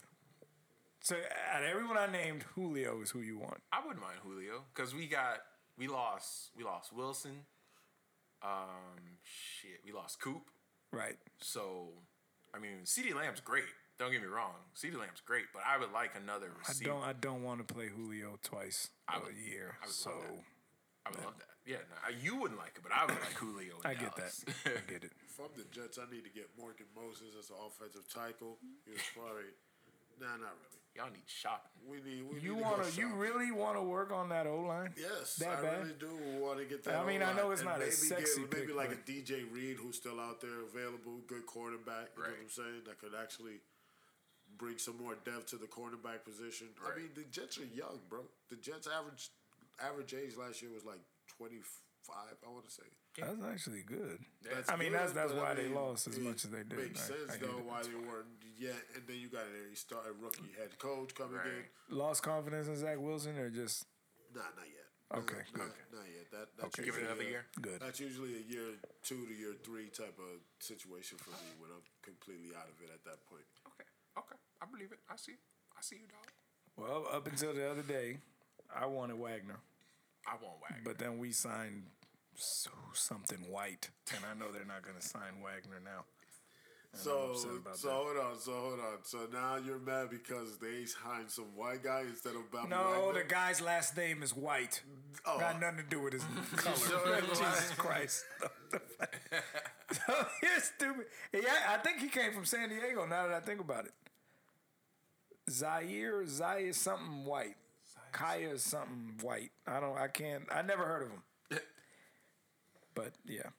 Speaker 4: So out of everyone I named, Julio is who you want.
Speaker 3: I wouldn't mind Julio because we got we lost we lost Wilson. Um, shit, we lost Coop.
Speaker 4: Right.
Speaker 3: So, I mean, Ceedee Lamb's great. Don't get me wrong, Ceedee Lamb's great, but I would like another
Speaker 4: I
Speaker 3: receiver.
Speaker 4: don't. I don't want to play Julio twice
Speaker 3: I
Speaker 4: a
Speaker 3: would-
Speaker 4: year.
Speaker 3: I would love
Speaker 4: so
Speaker 3: that. I would love that. Yeah, no, I- you wouldn't like it, but I would
Speaker 4: [COUGHS]
Speaker 3: like Julio. in
Speaker 4: I get that.
Speaker 3: Dallas. [LAUGHS]
Speaker 4: I get it.
Speaker 2: From the Jets, I need to get Morgan Moses as an offensive tackle. He was probably, nah, not really.
Speaker 3: Y'all need shopping.
Speaker 2: We need. We
Speaker 4: You
Speaker 2: need
Speaker 4: want
Speaker 2: to?
Speaker 4: to?
Speaker 2: go
Speaker 4: You
Speaker 2: shopping.
Speaker 4: really want to work on that O line?
Speaker 2: Yes,
Speaker 4: That
Speaker 2: I
Speaker 4: bad?
Speaker 2: really do want to get that.
Speaker 4: I mean, I
Speaker 2: O-line
Speaker 4: know it's
Speaker 2: and
Speaker 4: not a
Speaker 2: maybe
Speaker 4: sexy
Speaker 2: get, maybe
Speaker 4: pick,
Speaker 2: like
Speaker 4: but-
Speaker 2: a DJ Reed who's still out there available, good cornerback. You know
Speaker 3: Right.
Speaker 2: what I'm saying? That could actually bring some more depth to the cornerback position.
Speaker 3: Right.
Speaker 2: I mean, the Jets are young, bro. The Jets average average age last year was like 25. I want to say.
Speaker 4: That's actually good.
Speaker 2: That's
Speaker 4: I mean, that's
Speaker 2: good,
Speaker 4: that's
Speaker 2: but I
Speaker 4: why they
Speaker 2: mean,
Speaker 4: lost as
Speaker 2: it
Speaker 4: much as they did.
Speaker 2: Makes
Speaker 4: I- I
Speaker 2: sense
Speaker 4: get
Speaker 2: though
Speaker 4: it.
Speaker 2: why they weren't yet, and then you got an you start a rookie head coach coming
Speaker 3: Right.
Speaker 2: in.
Speaker 4: Lost confidence in Zach Wilson, or just
Speaker 2: Nah, not yet.
Speaker 4: Okay,
Speaker 2: Nah,
Speaker 4: good.
Speaker 2: Not, not yet. That, that's
Speaker 4: Okay.
Speaker 3: Give it
Speaker 2: usually
Speaker 3: another
Speaker 2: a-
Speaker 3: year?
Speaker 4: Good.
Speaker 2: That's usually a year two to year three type of situation for me when I'm completely out of it at that point.
Speaker 3: Okay, okay, I believe it. I see, it. I see you, dog.
Speaker 4: well up until the other day, I wanted Wagner,
Speaker 3: I want Wagner.
Speaker 4: but then we signed so, something white, and I know they're not going to sign Wagner now.
Speaker 2: So,
Speaker 4: upset about
Speaker 2: so
Speaker 4: that.
Speaker 2: hold on, so hold on. So now you're mad because they hired some white guy instead of Bobby
Speaker 4: No,
Speaker 2: Wagner?
Speaker 4: the guy's last name is white.
Speaker 2: Oh.
Speaker 4: [LAUGHS] Got nothing to do with his color. Jesus Christ. You're stupid. Yeah, I think he came from San Diego. Now that I think about it, Zaire, Zaire something white, Kaya is something white. I don't. I can't. I never heard of him. but yeah,